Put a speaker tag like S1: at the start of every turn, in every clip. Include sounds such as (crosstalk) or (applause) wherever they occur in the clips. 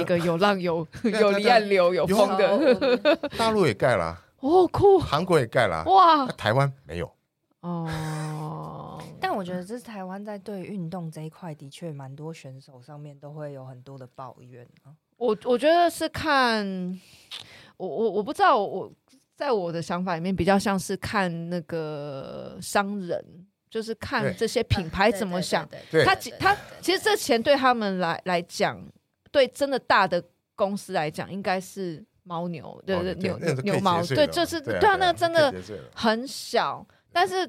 S1: 一个有浪
S2: (laughs)
S1: 有
S2: 啊
S1: 有离岸流有风的，
S3: 的，
S2: 大陆也盖了啊，
S1: 哦酷
S2: 韩国也盖了啊，
S1: 哇
S2: 那台湾没有。
S1: 哦，
S3: 但我觉得这是台湾在对运动这一块的确蛮多选手上面都会有很多的抱怨啊。
S1: 我我觉得是看我我我不知道我在我的想法里面比较像是看那个商人，就是看
S2: 对
S1: 这些品牌怎么想。
S4: 对？
S2: 对
S1: 他其他其实这钱对他们来来讲，对真的大的公司来讲，应该是牦牛，对对，牛
S2: 哦那
S1: 牛
S2: 是可以
S1: 牛毛，
S2: 节税
S1: 对，
S2: 的
S1: 就是
S2: 对
S1: 啊，那个真的
S2: 可以节税了
S1: 很小，但是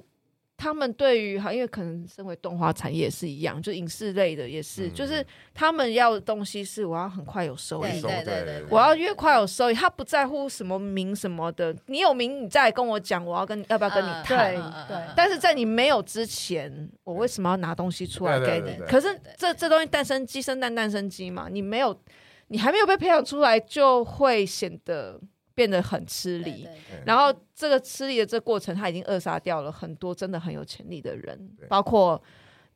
S1: 他们对于因为可能身为动画产业也是一样，就影视类的也是，
S2: 嗯
S1: 就是他们要的东西是我要很快有收益
S4: 对
S2: 回收。
S4: 对
S2: 对
S4: 对
S2: 对
S4: 对，
S2: 对
S1: 我要越快有收益，他不在乎什么名什么的，你有名你再来跟我讲，我要跟要不要跟你
S4: 嗯
S1: 谈。啊
S3: 对对
S1: 但是在你没有之前，我为什么要拿东西出来
S2: 对对
S1: 给
S2: 对
S1: 你
S2: 对？对
S1: 可是这这东西诞生鸡生蛋，蛋生鸡嘛，你没有，你还没有被培养出来，就会显得变得很吃力。
S4: 对对对
S2: 哎
S1: 然后这个吃力的这过程，他已经扼杀掉了很多真的很有潜力的人
S2: 对，
S1: 包括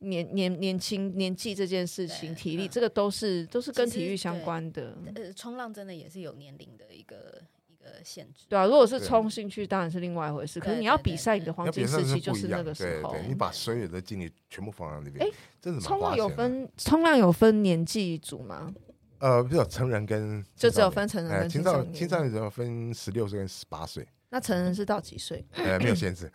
S1: 年年年轻年纪这件事情，
S4: 对
S1: 体力、
S4: 嗯
S1: 这个都是都是跟
S4: 其实
S1: 体育相
S4: 对
S1: 关的。
S4: 呃，冲浪真的也是有年龄的一个一个限制。
S1: 对啊，如果是
S2: 对
S1: 冲兴趣，当然是另外一回事。可是
S4: 对
S1: 你要
S4: 对对
S1: 比赛，
S4: 对
S1: 你的黄
S2: 那
S1: 金
S2: 比赛
S1: 时期
S2: 是
S1: 就
S2: 不一
S1: 是那
S2: 样，
S1: 个
S2: 对
S1: 时候。
S2: 对，你把所有的精力全部放在那边
S1: 哎，
S2: 真的蛮
S1: 冲浪
S2: 花
S1: 有
S2: 钱的
S1: 分，冲浪有分年纪组吗？
S2: 呃，不有成人跟
S1: 就只
S2: 青少
S1: 有
S2: 年
S1: 分成人
S2: 哎，
S1: 跟
S2: 青
S1: 青
S2: 少
S1: 少年。
S2: 青少年只要分十六岁跟十八岁，
S1: 那成人是到几
S2: (laughs)
S1: 岁？
S2: 呃，没有限制。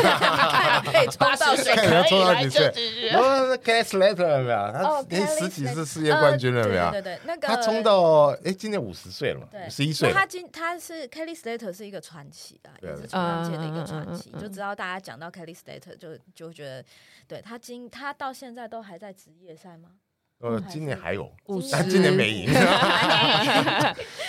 S1: 看可以冲到谁？
S2: 看你要冲到几岁？然后那 Kelly Slater 有没有？他
S4: 哦
S2: 连
S4: ，Kelly
S2: 十几次世界冠军了有没
S4: 呃
S2: 有？
S4: 对对对，那个
S2: 他冲到哎，今年五十岁了嘛，
S4: 对
S2: 五十一
S4: 那
S2: 岁了
S4: 他。今他是 Kelly Slater 是一个传奇啦，
S2: 对
S4: 也
S2: 啊
S4: 是冲浪界的一个传
S1: 嗯嗯
S4: 奇
S1: 嗯嗯嗯。
S4: 就知道大家讲到 Kelly Slater 就就会觉得，对他今他到现在都还在职业赛吗？
S2: 呃，今年还有，
S1: 五
S2: (laughs)
S4: 十
S2: 但今年
S1: (laughs)
S2: 没赢。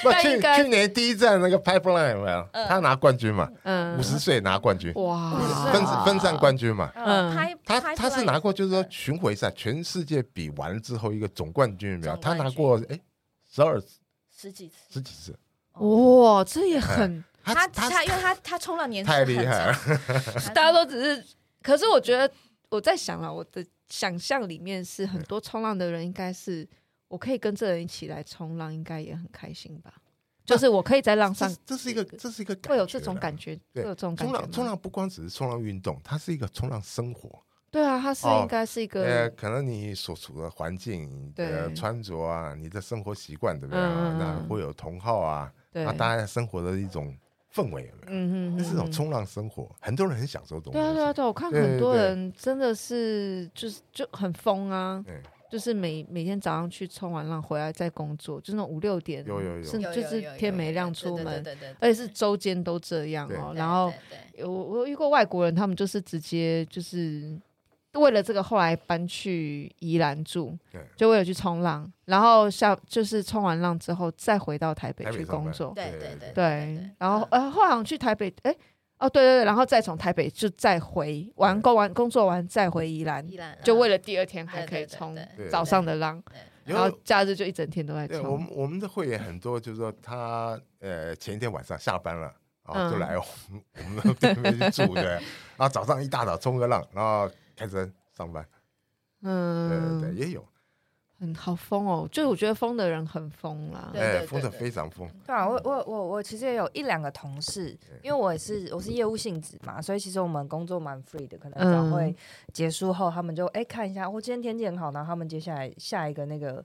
S2: 不，
S1: 但
S2: 去
S1: 应该
S2: 去年第一站那个 Pipeline 有没有？他拿冠军嘛，
S1: 嗯
S2: 五，十岁拿冠军，
S1: 哇，
S2: 分分站冠军嘛。
S1: 嗯
S4: 他
S2: 他他是拿过，就是说巡回赛，全世界比完了之后一个总冠军有没有？
S4: 总
S2: 他
S4: 冠军
S2: 拿过哎十二
S4: 十几次。
S2: 十几次，
S1: 哇，这也很，
S4: 他
S2: 他
S4: 他因为他他冲浪年纪
S2: 太厉害了，
S1: 大家都只是， (laughs) 可是我觉得我在想啊了，我的想象里面是很多冲浪的人应该是，我可以跟这人一起来冲浪，应该也很开心吧？就是我可以在浪上
S2: 这这是一个这是一个感觉
S1: 会有这种感
S2: 啦。
S1: 觉，会
S2: 对
S1: 有这种感
S2: 冲
S1: 觉吗
S2: 浪冲浪不光只是冲浪运动，它是一个冲浪生活。
S1: 对啊，它是
S2: 哦
S1: 应该是一个
S2: 呃，可能你所处的环境、你的
S1: 对
S2: 穿着啊、你的生活习惯怎么样啊？
S1: 嗯
S2: 那会有同好啊，
S1: 对，
S2: 那大家生活的一种氛围有没有？
S1: 嗯嗯，
S2: 那是种
S1: 嗯
S2: 冲浪生活，很多人很享受这种
S1: 对啊，
S2: 东
S1: 对啊，
S2: 西。
S1: 对啊，我看
S2: 对
S1: 很多
S2: 对
S1: 人真的是就是就很疯啊
S2: 对，
S1: 就是每每天早上去冲完浪回来再工作，就那种五六点，
S2: 有有有
S1: 是
S4: 有，有
S1: 就是
S4: 有有
S1: 天没
S4: 有
S1: 亮
S4: 对
S1: 出
S4: 对
S1: 门，
S4: 对对对
S1: 而且是周间都这样哦。
S4: 对
S1: 然后
S4: 对对
S1: 有我有遇过外国人，他们就是直接就是为了这个后来搬去宜兰住
S2: 对，
S1: 就为了去冲浪，然后下就是冲完浪之后再回到台北
S2: 台北
S1: 去
S2: 上班
S1: 工作，
S4: 对
S2: 对
S4: 对对
S1: 对，然后呃，后来好像去台北，哎，哦，对对对，然后再从台北就再回完工完工作完再回宜兰，
S4: 依然
S1: 就为
S4: 了
S1: 了第二
S4: 啊
S1: 天还可以冲
S2: 对
S1: 早上的浪，啊然后
S2: 有
S1: 假日就一整天都在
S2: 对我
S1: 冲
S2: 们。我们的会员很多，就是说他呃前一天晚上下班了。然后就
S1: 嗯
S2: 来我们我们的对面
S1: (laughs)
S2: 去住对，然后早上一大早冲个浪，然后开始上班，对对对，
S1: 嗯，
S2: 也有，
S1: 很好疯哦，就是我觉得疯的人很疯啦。
S4: 对
S2: 哎，疯的
S4: 对
S2: 非常疯，
S3: 对啊，我我我我其实也有一两个同事，因为我也是我是业务性质嘛，所以其实我们工作蛮 free 的，可能早会结束后，他们就哎、看一下，我、今天天气很好，然后他们接下来下一个那个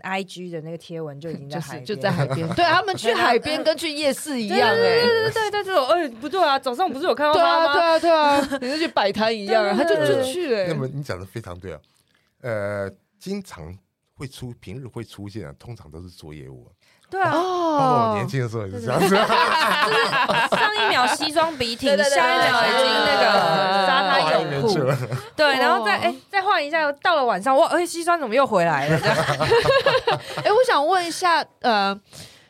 S3: I G 的那个贴文就已经
S1: 就
S3: 在海
S1: 是
S3: 边，
S1: 就在海边，
S3: (laughs)
S1: 对啊他们去海边跟去夜市一
S3: 一
S1: 样哎、
S3: 对对对对对，哎、不对啊，早上不是有看到
S1: 对
S3: 他
S1: 啊
S3: 吗？
S1: 对啊对啊，
S3: (laughs)
S1: 你就去摆摊一样、啊，他就
S3: 对对
S1: 就
S3: 对
S1: 去哎、
S2: 那么你讲的非常对啊，呃，经常会出平日会出现的，通常都是做业务啊，
S3: 对啊，
S2: 包括我
S1: 哦
S2: 年，轻的时候也是这
S1: (laughs)
S2: 样子，
S3: 上一秒西装笔挺，
S1: 对对对
S3: 下一秒已经那个沙
S1: 哎
S2: 跑 (laughs)
S3: 滩
S2: 到那
S3: 泳
S2: 边去
S3: 裤，
S2: 了，
S3: 对，然后再
S1: 哦
S3: 哎、再换一下，到了晚上哇，哎、西装怎么又回来了？
S1: 哎、我想问一下，呃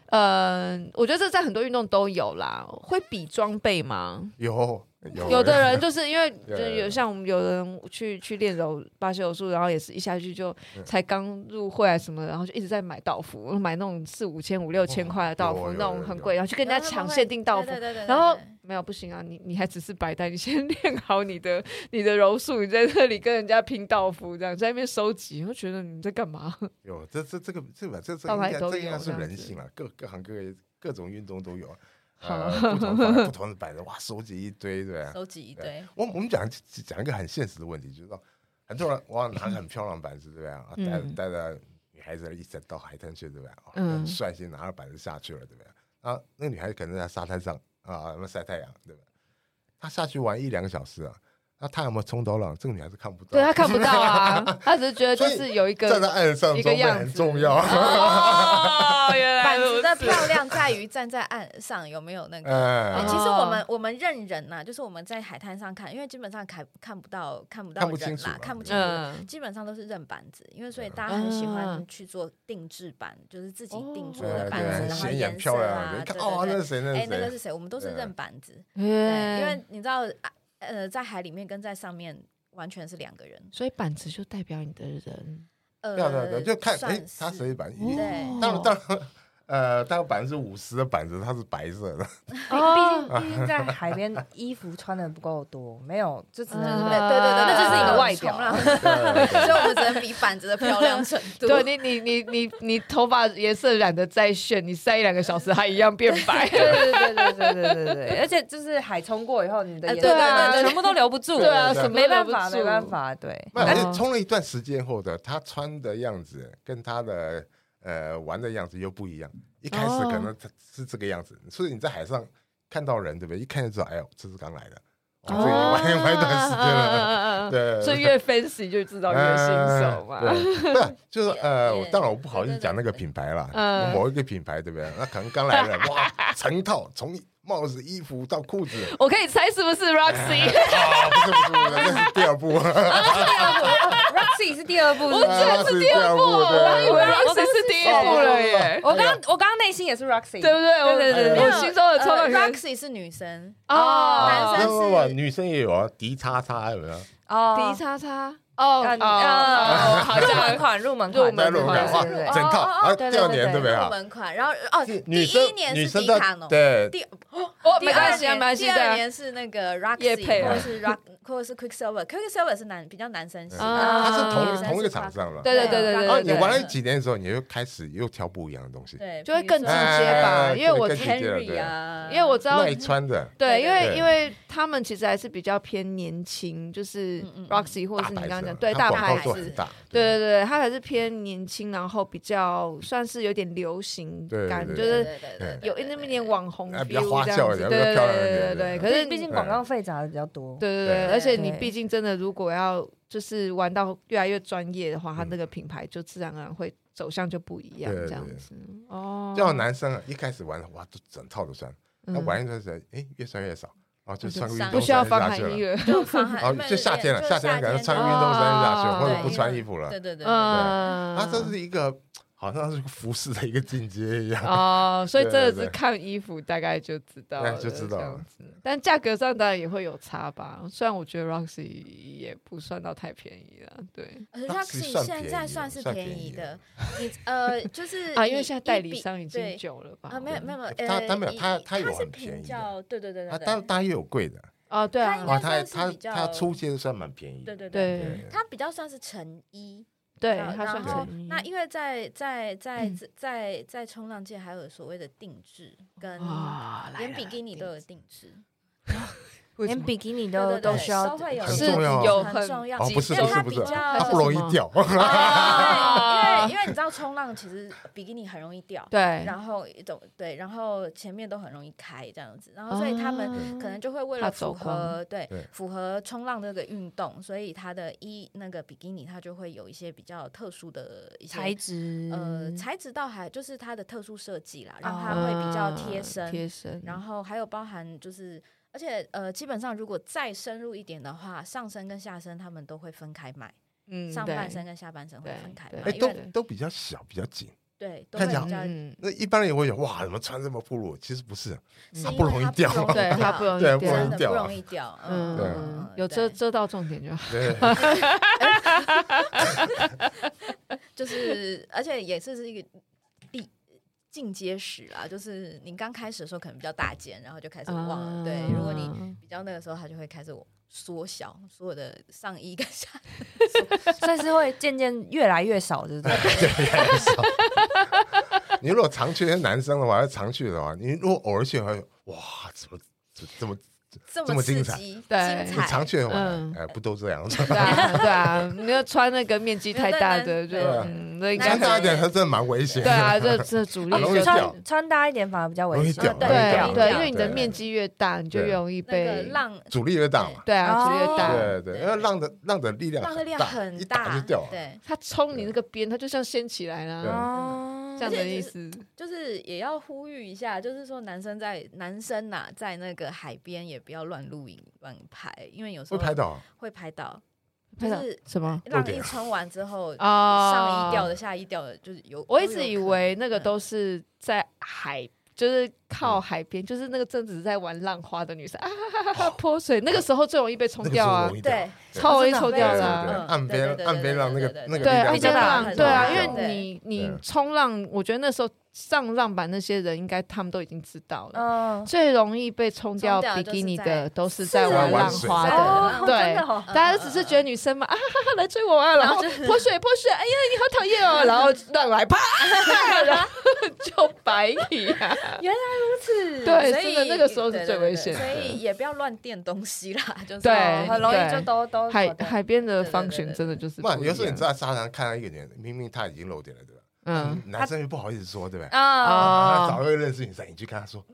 S1: 呃，我觉得这在很多运动都有啦，会比装备吗？
S2: 有有
S1: 有的人就是
S2: (laughs)
S1: 因为就
S2: 有有
S1: 有
S2: 有
S1: 像我们有的人去去练柔巴西柔术，然后也是一下去就
S2: 嗯
S1: 才刚入会啊什么的，然后就一直在买道服，买那种四五千五六千块的道
S2: 有
S1: 服，
S2: 有
S1: 那种
S2: 有
S1: 很
S2: 有啊
S1: 贵，然后去跟人家抢限定道服
S4: 对，对对对对
S1: 然后
S4: 对
S1: 没有不行啊，你你还只是白带，你先 (laughs) 练好你的你的柔术，你在这里跟人家拼道夫，这样在那边收集，我觉得你在干嘛？ (laughs)
S2: 有这这这个这吧，这这
S1: 到
S2: 应
S1: 哪里
S2: 该
S1: 都
S2: 这应该
S1: 有
S2: 是
S1: 这样
S2: 人
S1: 子
S2: 性啊，各各行各业各种运动都有
S1: (laughs)
S2: 啊，
S1: 好
S2: 呃，不同方不同的摆的哇，收集一堆对啊。
S4: 收集一
S2: 对
S4: 堆，
S2: 我我们讲讲一个很现实的问题，就是说，很多人哇拿个很漂亮的板子对吧？啊，带
S1: 嗯
S2: 带着女孩子一整到海滩去对吧？啊，
S1: 嗯
S2: 很率先拿着板子下去了对吧？啊，那女孩子可能在沙滩上啊，那晒太阳对吧？她下去玩一两个小时啊，那她有没有冲头浪？这个女孩子看不到，
S1: 对他看不到啊，他只是觉得就
S2: 所以
S1: 是有一
S2: 站在
S1: 个
S2: 岸上
S1: 一
S2: 装
S1: 个
S2: 备
S1: 样
S2: 很
S1: 子
S2: 重要。 (laughs) 啊
S1: 哦，原来
S4: 板
S1: 如
S4: 子
S1: 此
S4: 的漂亮在于站在岸上有没有
S2: (laughs)
S4: 那个。
S2: 哎
S4: 哎
S1: 哦
S4: 其实我们我们认人呐、就是我们在海滩上看，因为基本上看看不到看不到
S2: 看不
S4: 人
S2: 清楚
S4: 啦
S2: 嘛，
S4: 看不清楚。
S1: 嗯，
S4: 基本上都是认板子，因为所以
S2: 嗯
S4: 大家很喜
S1: 啊
S4: 欢去做定制板，就是自己定做
S1: 对
S4: 的
S2: 对
S4: 板
S2: 哦对，
S4: 子，
S2: 很
S4: 然后
S2: 显眼
S4: 颜色
S2: 漂亮
S4: 啊
S2: 啊！，一
S4: 对
S2: 看哦，
S4: 对
S2: 那
S4: 对
S2: 是谁？那
S4: 哎
S2: 是，
S4: 那个
S2: 谁？
S4: 是谁？我们都是
S2: 对啊
S4: 认板子，
S1: 嗯
S4: 对，
S1: 对
S4: 因为你知道，啊呃，在海里面跟在上面完全是两个人，
S1: 所以板子就代表你的人，
S4: 呃，
S2: 对啊对啊对啊，就看哎
S4: 算，
S2: 他
S4: 是嗯哦
S2: 谁板？
S4: 对
S2: 当然当然，呃，大概百分之五十的板子它是白色
S4: (laughs)
S2: 的，
S1: 哦
S3: 毕竟毕竟在海边衣服穿的不够多，没有就只
S1: 嗯
S3: 能
S4: 对对对，对
S3: 那就是你的外
S4: 冲
S2: 啊
S3: 表
S4: 浪
S2: 对
S4: 所以我们只能比板子的漂亮程
S1: (laughs)
S4: 度。
S1: 对你你你你你头发颜色染的再炫，你晒一两个小时还一样变白。
S3: 对对对对对对对对，而且就是海冲过以后，你的
S4: 哎
S3: 颜
S4: 对
S3: 色
S1: 啊对对对
S3: 全部都留不住，
S1: 对啊，什
S2: 对
S1: 么
S3: 没
S1: 都留
S3: 办
S1: 不
S3: 法，
S1: 住
S3: 没办。法，对。
S2: 没
S4: 哦
S1: 哎
S2: 有，就是冲了一段时间后的他穿的样子跟他的呃玩的样子又不一样。一开始
S1: 哦
S2: 可能他是这个样子，所以你在海上看到人，对不对？一看就知道，哎呦，这是刚来的，哦，这
S1: 哦
S2: 玩玩一段时间了。
S1: 嗯嗯嗯嗯嗯
S2: 对，
S4: (laughs)
S1: 所以越 fancy 就知道越新手嘛。
S2: 哎对，对
S4: (laughs)
S2: 就是呃，我当然我不好意
S4: 对
S2: 思
S4: 对对
S2: 讲那个品牌啦，
S1: 嗯
S2: 某一个品牌对不对？那可能刚来
S1: (laughs)
S2: 的哇，成套从帽子、衣服到裤子， (laughs)
S1: 我可以猜是不是 Roxy？
S2: 啊，不是不是不是，那是第 (laughs) 二部，
S3: Roxy 是第二部，是不
S1: 我
S3: 是
S1: 居然是第二部，
S2: 那啊
S1: 我还
S2: 是第二部
S1: 以为
S2: 对
S1: Roxy 是第一部了耶，
S3: 我刚我刚刚内心也是 Roxy，
S1: 对不对？我
S3: 对对
S2: 对对
S1: 我心中的冲
S4: 呃
S1: 浪员
S4: Roxy 是女生，
S1: 哦，
S4: 男生
S2: 不不不，啊女生也有啊，迪叉叉有没有？
S1: 嗯
S3: 哦
S1: 迪，叉叉哦
S3: 嗯
S1: 哦，好
S3: 嗯，入
S1: 像
S3: 门款，入门
S1: 入
S3: 款，
S1: 门
S2: 那轮
S1: 款
S2: 感哇，
S3: 对对
S2: 整套
S4: 哦哦
S2: 啊，
S4: 哦
S2: 第
S3: 对
S2: 二
S3: 对
S2: 年
S3: 对
S2: 对不对
S4: 入
S2: 啊？
S4: 门款，然后哦，
S2: 是
S4: 第
S2: 女生
S4: 一年
S2: 女
S4: 是
S2: 生
S4: 迪
S2: 的
S4: 卡侬，
S2: 对
S4: 第
S1: 哦
S4: 第
S1: 没
S4: 二
S1: 关系啊，没
S4: 年
S1: 关系
S4: 第二
S1: 的。
S4: 年是那个
S1: 业
S4: Roxy
S1: 配啊
S4: 或者是 Rock (laughs) 或者是 Quicksilver，Quicksilver 是男比较男生型的，
S1: 啊
S2: 它
S1: 他
S2: 是同
S4: 女生
S2: 同一个
S4: Roxy
S2: 厂商了。
S1: 对对对对对
S2: 然后
S1: 对
S2: 你玩了几年的时候，你就开始又挑不一样的东西。
S4: 对，
S1: 就会
S4: 比如
S1: 更
S4: 说
S1: 直接吧
S2: 哎
S1: 因为我
S2: 更直接了
S4: Henry
S2: 对
S4: 啊，
S1: 因为我知道
S2: 那一穿的
S1: 对，因为
S2: 对
S1: 因为他们其实还是比较偏年轻，就是
S4: 嗯嗯嗯
S1: Roxy 或者
S2: 大
S1: 是你
S2: 牌
S1: 刚刚
S2: 子
S1: 讲
S2: 啊，
S1: 对
S2: 它
S1: 大
S2: 广
S1: 牌
S2: 告做嗯
S1: 子
S2: 很，大。
S1: 对对对，它还是偏年轻，然后比较算是有点流行
S2: 对对
S1: 感，就
S2: 对
S1: 是
S4: 对对对对
S1: 有
S4: 对
S1: 那么
S4: 对
S1: 一点网红
S2: 哎
S1: feel
S2: 比较花
S1: 这样
S2: 俏一
S1: 子
S2: 点
S1: 对对
S2: 比较漂亮一
S1: 对对
S2: 点
S1: 对。
S2: 对
S1: 可是
S3: 毕竟广告费砸的比较多，
S1: 对对对，
S2: 对
S1: 而且你
S3: 对
S1: 毕竟真的，如果要就是玩到越来越专业的话，它那个品牌就自然而然会走向就不一样，
S2: 对
S1: 这样
S2: 对
S1: 子哦。
S2: 就像男生啊，一开始玩哇，就整套都穿，那
S1: 嗯
S2: 玩一段时间，哎，越穿越少，然后就
S1: 就
S2: 穿个运
S4: 上
S2: 动
S1: 不需要
S2: 衫
S1: 防
S2: 下
S1: 寒
S2: 去了
S1: 衣。了，
S4: 就防寒，
S2: 哦
S4: 不，是
S2: 就夏天了，
S4: 就
S2: 夏天可能穿运动衫下
S1: 哦
S2: 去，或者
S4: 对
S2: 不穿衣服了
S4: 对。对对，对
S1: 嗯，
S2: 啊，这是一个好像是服饰的一个进阶一样。 (laughs)
S1: 哦，所以真的
S2: 对对
S1: 是
S2: 对
S1: 看衣服大概就知道
S2: 哎
S1: 了，
S2: 就知道
S1: 这
S2: 了
S1: 样子。但价格上当然也会有差吧，虽然我觉得 Roxy 也不算到太便宜了，对
S4: 呃
S2: Roxy
S4: Roxy
S2: 嗯算
S4: 现
S2: 便
S4: 在
S2: 宜
S4: 算
S2: 了
S4: 是
S2: 算
S4: 便
S2: 便
S4: 宜
S2: 宜
S4: 的
S2: 了，
S4: 你呃，就是
S1: 啊，因为
S4: 以
S1: 现在
S4: 以
S1: 代理
S4: 比
S1: 商已经
S4: 对
S1: 久了吧？
S4: 啊，没有没有没有，
S2: 它
S4: 呃
S2: 它没有
S4: 以
S2: 它它
S4: 它
S2: 有
S4: 是
S2: 很便宜的
S4: 比较，对对对
S2: 啊，
S4: 对
S2: 当
S4: 对，
S2: 然也有贵的，
S1: 哦，对
S4: 它
S1: 啊
S4: 应，该
S2: 哇，它
S4: 算是
S2: 它
S4: 比较
S2: 它出街都算蛮便宜。
S4: 对对对，
S1: 对
S2: 对
S4: 它比较算是成衣，呃
S1: 对，
S4: 然
S1: 它算
S4: 后
S1: 成衣
S4: 那因为在在在
S1: 嗯
S4: 在在冲浪界还有所谓的定制，跟
S1: 啊，来
S4: 连
S1: 了
S4: 比基尼
S1: 定
S4: 都有定制，
S1: 为什
S3: 连
S1: 么
S3: 比基尼
S4: 对
S3: 都
S4: 对对
S3: 都需要
S4: 都会有
S2: 很
S4: 定
S3: (laughs)
S2: 重
S4: 制
S2: 要啊
S1: 有很
S4: 很重要，
S2: 哦，不是
S4: 因
S2: 不
S4: 为
S2: 是
S4: 它
S2: 不
S4: 比
S2: 是，
S4: 较
S2: 它不容易掉。
S1: 啊
S4: (laughs) 对，因为因为你知道冲浪其实比基尼很容易掉，
S1: 对，
S4: 然后一种对，然后前面都很容易开这样子，然后所以他们
S1: 啊
S4: 可能就会为
S1: 怕
S4: 了
S1: 走
S4: 符合对
S2: 对
S4: 符合冲浪这个运动，所以它的衣那个比基尼它就会有一些比较特殊的一
S3: 材
S4: 些
S3: 质，
S4: 呃材质倒还就是它的特殊设计啦，让它会比较贴身，
S1: 啊贴身，
S4: 然后还有包含就是。而且呃，基本上如果再深入一点的话，上身跟下身他们都会分开买，
S1: 嗯
S4: 上
S1: 对
S4: 半身跟下半身会
S1: 对
S4: 分开
S1: 对
S4: 买，
S2: 哎，
S4: 因
S2: 都
S4: 为
S2: 都比较小，比较紧。
S4: 对都会
S2: 看起来
S4: 比较
S1: 嗯，
S2: 那一般人也会想，哇，怎么穿这么暴露？其实不是，
S4: 是
S2: 它
S4: 因
S2: 不
S4: 为
S2: 容易
S4: 它
S2: 掉
S4: 容易
S1: 对，它不容易
S2: 对不容
S1: 掉
S4: 真
S2: 易。
S4: 的
S2: 掉
S4: 不
S2: 啊
S4: 容易掉，
S1: 嗯，
S2: 对
S1: 嗯有遮
S4: 这，
S1: 遮到重点就好。
S2: 对，
S4: 就是而且也是是一个历进阶时啦，就是你刚开始的时候可能比较大间，然后就开始忘了。对，
S1: 啊
S4: 如果
S2: 啊
S4: 你
S1: 你
S4: 比较那个时候，它就会开始缩小所有的上衣跟下衣。
S3: 所以是会渐渐越来越少，对不对？
S2: 你如果常去那些男生的话，要常去的话，你如果偶尔去的话，哇，怎么怎怎么
S4: 这
S2: 这么
S4: 么
S2: 精
S4: 刺
S2: 彩
S4: 激，
S1: 对
S4: 精
S2: 你常
S4: 彩。
S2: 去的话，
S1: 嗯
S2: 哎，不都这样？
S1: 对
S2: (laughs)
S1: 啊，对啊，你要穿那个面积太大的，就
S4: 对
S2: 对啊
S1: 嗯，那应该
S2: (laughs) 穿大一点，
S4: 男生
S2: 它真的蛮危险
S1: 对
S2: 的。
S1: 啊，这这阻力
S2: 很容易
S1: 就
S2: 掉
S1: 是
S3: 穿穿大一点反而比较危险
S2: 容易，
S1: 哦
S2: 掉
S4: 对
S1: 对
S4: 容易
S1: 对，
S4: 掉
S1: 因为你的
S2: 对
S1: 面积越大，你就越容易
S4: 那个
S1: 被
S4: 浪
S2: 阻力越大嘛。
S1: 对啊，阻力越大。
S2: 哦对对，因为浪的浪的力量
S4: 浪的量很
S2: 一打就掉了。
S4: 对，
S1: 它冲你那个边，它就像掀起来
S2: 对
S1: 啦，
S3: 哦
S1: 这样的意思。
S4: 就是也要呼吁一下，就是说男生在男生呐、在那个海边也不要乱露营、乱拍，因为有时
S2: 会
S4: 候
S2: 拍到，
S4: 会拍到，
S1: 拍到
S4: 就是
S1: 什么
S4: 浪
S2: 露点
S4: 一冲完之后，
S1: 啊？
S4: 上衣掉的、下衣掉的，就是有。
S1: 我一
S4: 都有
S1: 直以
S4: 可能
S1: 为那个
S4: 嗯
S1: 都是在海，就是靠海边，就是那个正只是在玩浪花的女生啊，哈哈哈泼水，那个时候最容易被冲
S2: 哦那个
S1: 掉
S2: 时候
S1: 啊
S2: 容，易掉
S4: 对，
S1: 超容易抽
S2: 对
S1: 掉
S2: 对
S1: 的啊。
S2: 对
S4: 嗯
S2: 岸
S4: 对对
S2: 边
S4: 对
S2: 岸边浪那个
S4: 对对对
S2: 那个
S1: 对，
S2: 力
S1: 岸
S2: 量
S1: 边
S3: 较大
S1: 浪，
S3: 很
S1: 对啊，
S2: 多
S1: 因
S2: 很
S1: 为
S4: 多
S1: 你你
S2: 对
S1: 冲浪，我觉得那时候上浪板那些人应该他们都已经知道了，
S3: 嗯，
S1: 最容易被冲掉
S4: 冲掉
S1: 比
S4: 就是
S1: 基尼
S4: 在
S1: 的都是
S4: 是
S1: 在
S4: 啊
S1: 玩
S2: 玩
S1: 浪
S2: 水
S1: 花
S4: 的
S1: 的，
S3: 哦，
S1: 对
S3: 真的哦
S4: 嗯
S1: 大家只是觉得女生嘛啊哈哈哈来追我啊，然后泼水泼水，哎呀你好讨厌哦，然后浪来
S4: (laughs)
S1: 啪，然后就白你啊，
S4: 是
S1: 对
S4: 嗯所
S1: 真
S4: 以
S1: 的那个时候是最危险的
S4: 对对对所以也不要乱垫东西啦， (laughs) 就是
S1: 对
S3: 哦很容易就都都
S1: 海海边的
S4: 对对对
S1: function
S4: 对
S1: 真的就是
S2: 嘛，
S1: 不一
S2: 有时候你
S1: 样
S2: 在沙滩看到一个人，明明他已经露点了，对吧？
S1: 嗯
S2: 男生又不好意思说，对吧？
S3: 嗯
S4: 啊，
S2: 他
S1: 啊
S2: 早，会认识女生，你去跟他说，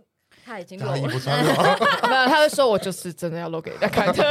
S4: 他已经
S2: 他衣
S4: 裸
S2: 服穿了， (laughs)
S1: (laughs) 没有，他就说我就是真的要露给人家看的。 (laughs)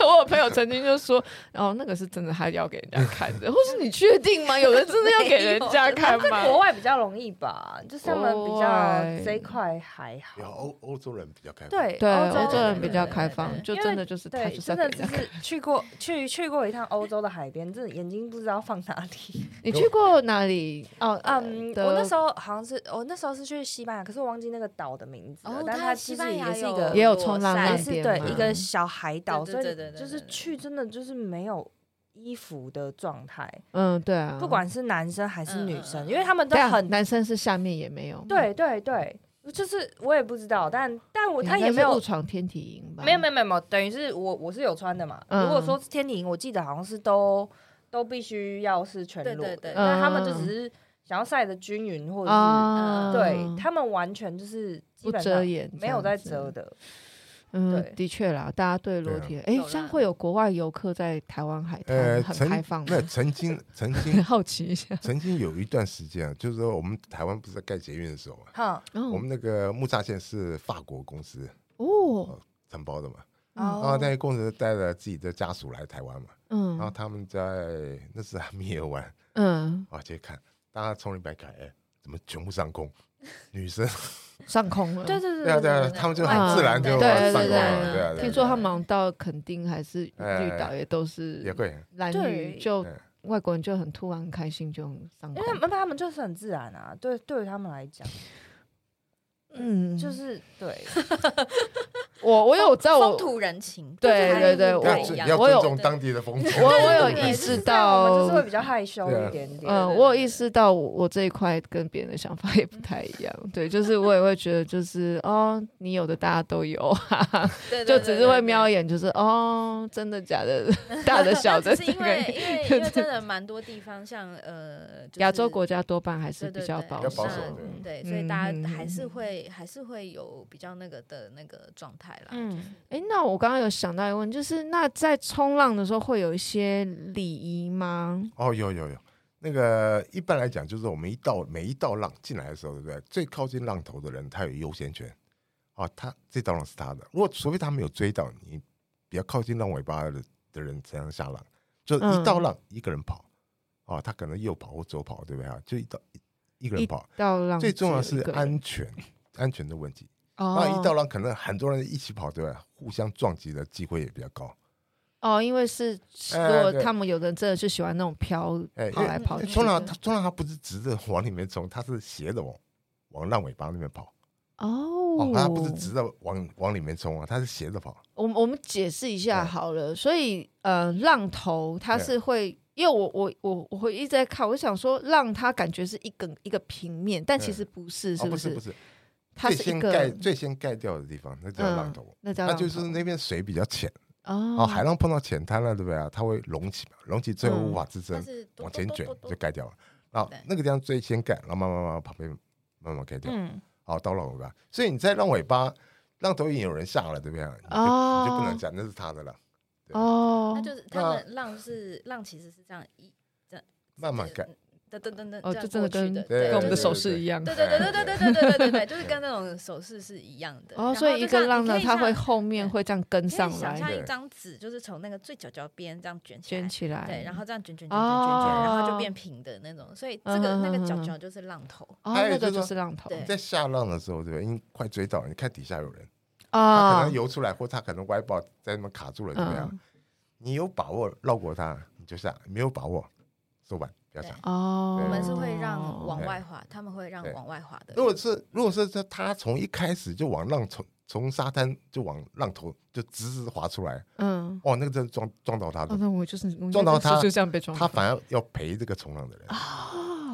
S1: 我有朋友曾经就说，哦，那个是真的，他要给人家看的，或是你确定吗？有人真的要给人家 (laughs) 看吗？
S3: 国外比较容易吧，就是他们比
S1: 国
S3: 较
S1: 外
S3: 这一块还
S2: 有
S3: 好。
S2: 欧欧洲人比较开放，
S3: 对
S1: 对，哦
S3: 欧
S1: 欧洲
S3: 洲
S1: 人比较
S4: 对对
S1: 开
S4: 对
S1: 放，
S4: 对
S1: 就
S3: 因为
S1: 真的就是他
S3: 对，
S1: 就是要
S3: 真
S1: 给
S3: 的
S1: 人
S3: 只
S1: 家看。
S3: 是去过去去过一趟欧洲的海边，真的眼睛不知道放哪里。
S1: 你去过哪里？哦，
S3: (laughs) 嗯，
S1: 德
S3: 我那时候好像是我那时候是去西班牙，可是我忘记那个岛的名字了。
S4: 哦，
S3: 但
S4: 他
S3: 它
S4: 西
S3: 其
S4: 班
S3: 实
S4: 牙
S3: 也是一个
S1: 也有
S4: 裸
S1: 冲浪
S4: 晒
S1: 岸
S3: 也
S1: 边
S3: 是对
S1: 嘛
S3: 一个小海岛，
S4: 对
S3: 所
S4: 对
S3: 以
S4: 对对对
S3: 就是
S4: 对对
S3: 去真的就是没有衣服的状态，
S1: 嗯，对啊，
S3: 不管是男生还是女
S4: 嗯嗯
S3: 生，
S4: 嗯
S3: 因为他们都
S1: 对啊
S3: 很
S1: 男生是下面也没有，
S3: 对对对，就是我也不知道，但但我
S1: 你
S3: 他
S1: 应该
S3: 也
S1: 是
S3: 没
S1: 误
S3: 有
S1: 闯天体营吧？
S3: 没有没有没有没有，等于是我我是有穿的嘛。
S1: 嗯
S3: 如果说是天体营，我记得好像是都都必须要是全
S4: 对
S3: 裸
S4: 对
S3: 的
S4: 对，
S3: 那他们就
S1: 嗯
S3: 只是想要晒的均匀，或者是呃
S1: 啊，
S3: 对他们完全就是基
S1: 不
S3: 本
S1: 遮
S3: 上
S1: 掩，
S3: 没有在
S1: 这样
S3: 遮
S1: 子。
S3: 的，
S1: 嗯
S3: 对，
S1: 的确啦，大家对裸
S2: 对啊
S1: 体，哎
S4: 有，啦
S1: 像会有国外游客在台湾海
S2: 呃
S1: 滩很
S2: 曾
S1: 开放吗
S2: 那？
S1: (laughs)
S2: 曾经曾经
S1: 很好奇一下，
S2: 曾经有一段时间啊，就是说我们台湾不是在盖捷运的时候嘛，
S3: 哈
S1: 我
S2: 我们那个木栅线是法国公司
S1: 哦，
S2: 承包的嘛，
S1: 嗯
S2: 然后那些公司带着自己的家属来台湾嘛，然后
S1: 嗯
S2: 他们在那是在密尔湾
S1: 嗯，
S2: 啊，去看，大家冲一百看，哎，怎么全部
S1: (laughs)
S2: 上空？女生
S1: 上空了。
S3: 对对对
S2: 对啊对啊，
S4: 对
S2: 他们就很自然就
S1: 对
S2: 上空
S4: 嗯
S1: 对对
S2: 了，对啊对
S1: 对
S2: 啊
S1: 听说他们好像到垦丁还是绿岛，
S2: 哎
S1: 也都
S2: 也
S1: 是
S2: 会
S1: 蓝
S3: 对
S1: 鱼，就
S2: 哎
S1: 外国人就很突然很开心，就很上
S3: 因
S1: 空
S3: 为。他们他们就是很自然啊，对，对于他们来讲，
S1: 嗯，
S3: 就是对，
S1: 我我有在我
S4: 风土人情，
S1: 对
S4: 就是还
S1: 对
S4: 是
S1: 对
S4: 不
S1: 我
S2: 要
S4: 太一
S2: 尊
S4: 样
S2: 要
S1: 我
S2: 尊
S1: 有
S2: 重当地的风情。
S1: 我 (laughs) 我
S2: (laughs)
S1: 有
S4: 对
S1: 意
S4: 就是
S1: 识
S3: 这样我们
S1: 到
S3: 就是，会比较害羞
S2: 对啊
S3: 一点点。
S1: 嗯，
S4: 对
S1: 我有意识到我我这一块跟别人的想法也不太一样，对，就是我也会觉得就是哦，你有的大家都有，哈哈
S4: 对对
S1: 就
S4: 对
S1: 只
S4: 对
S1: 是会
S4: 对
S1: 瞄一眼，就是哦，真的假
S4: (laughs)
S1: 的，大的呃小的
S4: 只，是因为
S1: (laughs)
S4: 因为因为真的蛮多地方，像呃就是
S1: 亚洲国家多半还是
S4: 对对
S1: 比较
S4: 对
S1: 保
S2: 比较
S1: 守
S2: 保守
S4: 那
S2: 对
S4: 对，所以大
S1: 嗯
S4: 家还是会还是会有比较那个的那个状态啦。
S3: 嗯，
S1: 诶，那我刚刚有想到一个问题，就是那在冲浪的时候会有一些礼仪吗？
S2: 哦，有有有，那个一般来讲，就是我们一到每一道浪进来的时候，对不对？最靠近浪头的人，他有优先权。哦，他这道浪是他的。如果除非他没有追到你，比较靠近浪尾巴的的人才能下浪。就是一道
S1: 嗯
S2: 浪一个人跑，哦，他可能右跑或左跑，对不对啊？就一道一一个人跑。
S1: 到浪
S2: 最重要
S1: 只有
S2: 是
S1: 一个人
S2: 安全，安全的问题。那
S1: 哦
S2: 一道浪可能很多人一起跑，对吧？互相撞击的机会也比较高。
S1: 哦，因为是如
S2: 哎
S1: 果
S2: 对
S1: 他们有的人真的是喜欢那种飘
S2: 哎，
S1: 跑来跑
S2: 因为
S1: 去的，
S2: 冲浪它冲浪它不是直着往里面冲，它是斜着往往浪尾巴那边跑。
S1: 哦
S2: 哦，，它不是直着往往里面冲啊，它是斜着跑。哎
S1: 我们我们解释一下
S2: 对
S1: 好了，所以呃，浪头它
S2: 对
S1: 是会因为我我我我会一直在看，我就想说让它感觉是一个一个平面，但其实不是，
S2: 哦，
S1: 不
S2: 不是不是，
S1: 它
S2: 最
S1: 是一
S2: 先
S1: 个
S2: 盖最先盖掉的地方，那叫浪头。
S1: 那叫
S2: 它
S1: 浪头
S2: 就是那边水比较浅，
S1: 哦
S2: 哦，海浪碰到浅滩了，对不对啊？它会隆起嘛，隆起最后无法支
S1: 嗯
S2: 撑
S4: 它，是嘟
S2: 往前
S4: 嘟嘟
S2: 卷
S4: 嘟嘟
S2: 就盖掉了。然后
S4: 对
S2: 那个地方最先盖，然后慢慢慢慢旁边慢慢盖掉，
S3: 嗯，
S2: 好到浪尾巴。所以你在浪尾巴，浪头已经有人下了，对不对啊？你就
S1: 哦
S2: 你就不能讲那是他的了，
S1: 哦
S4: 它，就是他们浪是浪，其实是这样一
S2: 慢慢盖。，
S4: 噔噔噔噔，
S1: 哦
S4: 这样
S1: 就真的
S4: 过去
S1: 跟
S2: 对
S4: 对
S1: 跟我们的
S4: 对
S1: 手势一样
S4: 对对对对对对对对对对对，就是跟那种手势是一样的。
S1: 哦，所以一个浪呢，它会后面
S4: 对
S1: 会这样跟上
S4: 上想
S1: 来
S4: 象
S2: 对
S4: 一张纸，就是从那个最角角边这样卷起来
S1: 卷，起来，
S4: 对，然后这样卷卷卷卷卷卷，
S1: 哦
S4: 然后就变平的那种。所以这个
S1: 嗯嗯嗯
S4: 那个
S1: 嗯
S4: 角角就是浪头，
S1: 哦
S2: 还有
S1: 那个
S2: 就是
S1: 就
S2: 说
S1: 是浪头
S4: 对
S2: 你在下浪的时候，对不对？因为快追到了，你看底下有人，他可
S1: 啊
S2: 能，游出来，或他可能歪抱在那边卡住了，怎么样？
S1: 嗯
S2: 你有把握绕过他，你就下；没有把握，收板，不要下。
S1: 哦，
S2: 对
S4: 我们是会让往外滑，他们会让往外滑的。
S2: 如果是如果是他他从一开始就往浪从从沙滩就往浪头就直直滑出来，
S1: 嗯，
S2: 哦，那个真的撞撞到他
S1: 哦，
S2: 的，
S1: 那我就是我应该
S2: 撞到
S1: 就是
S2: 它
S1: 就这样被撞到，
S2: 他反而要赔这个冲浪的人。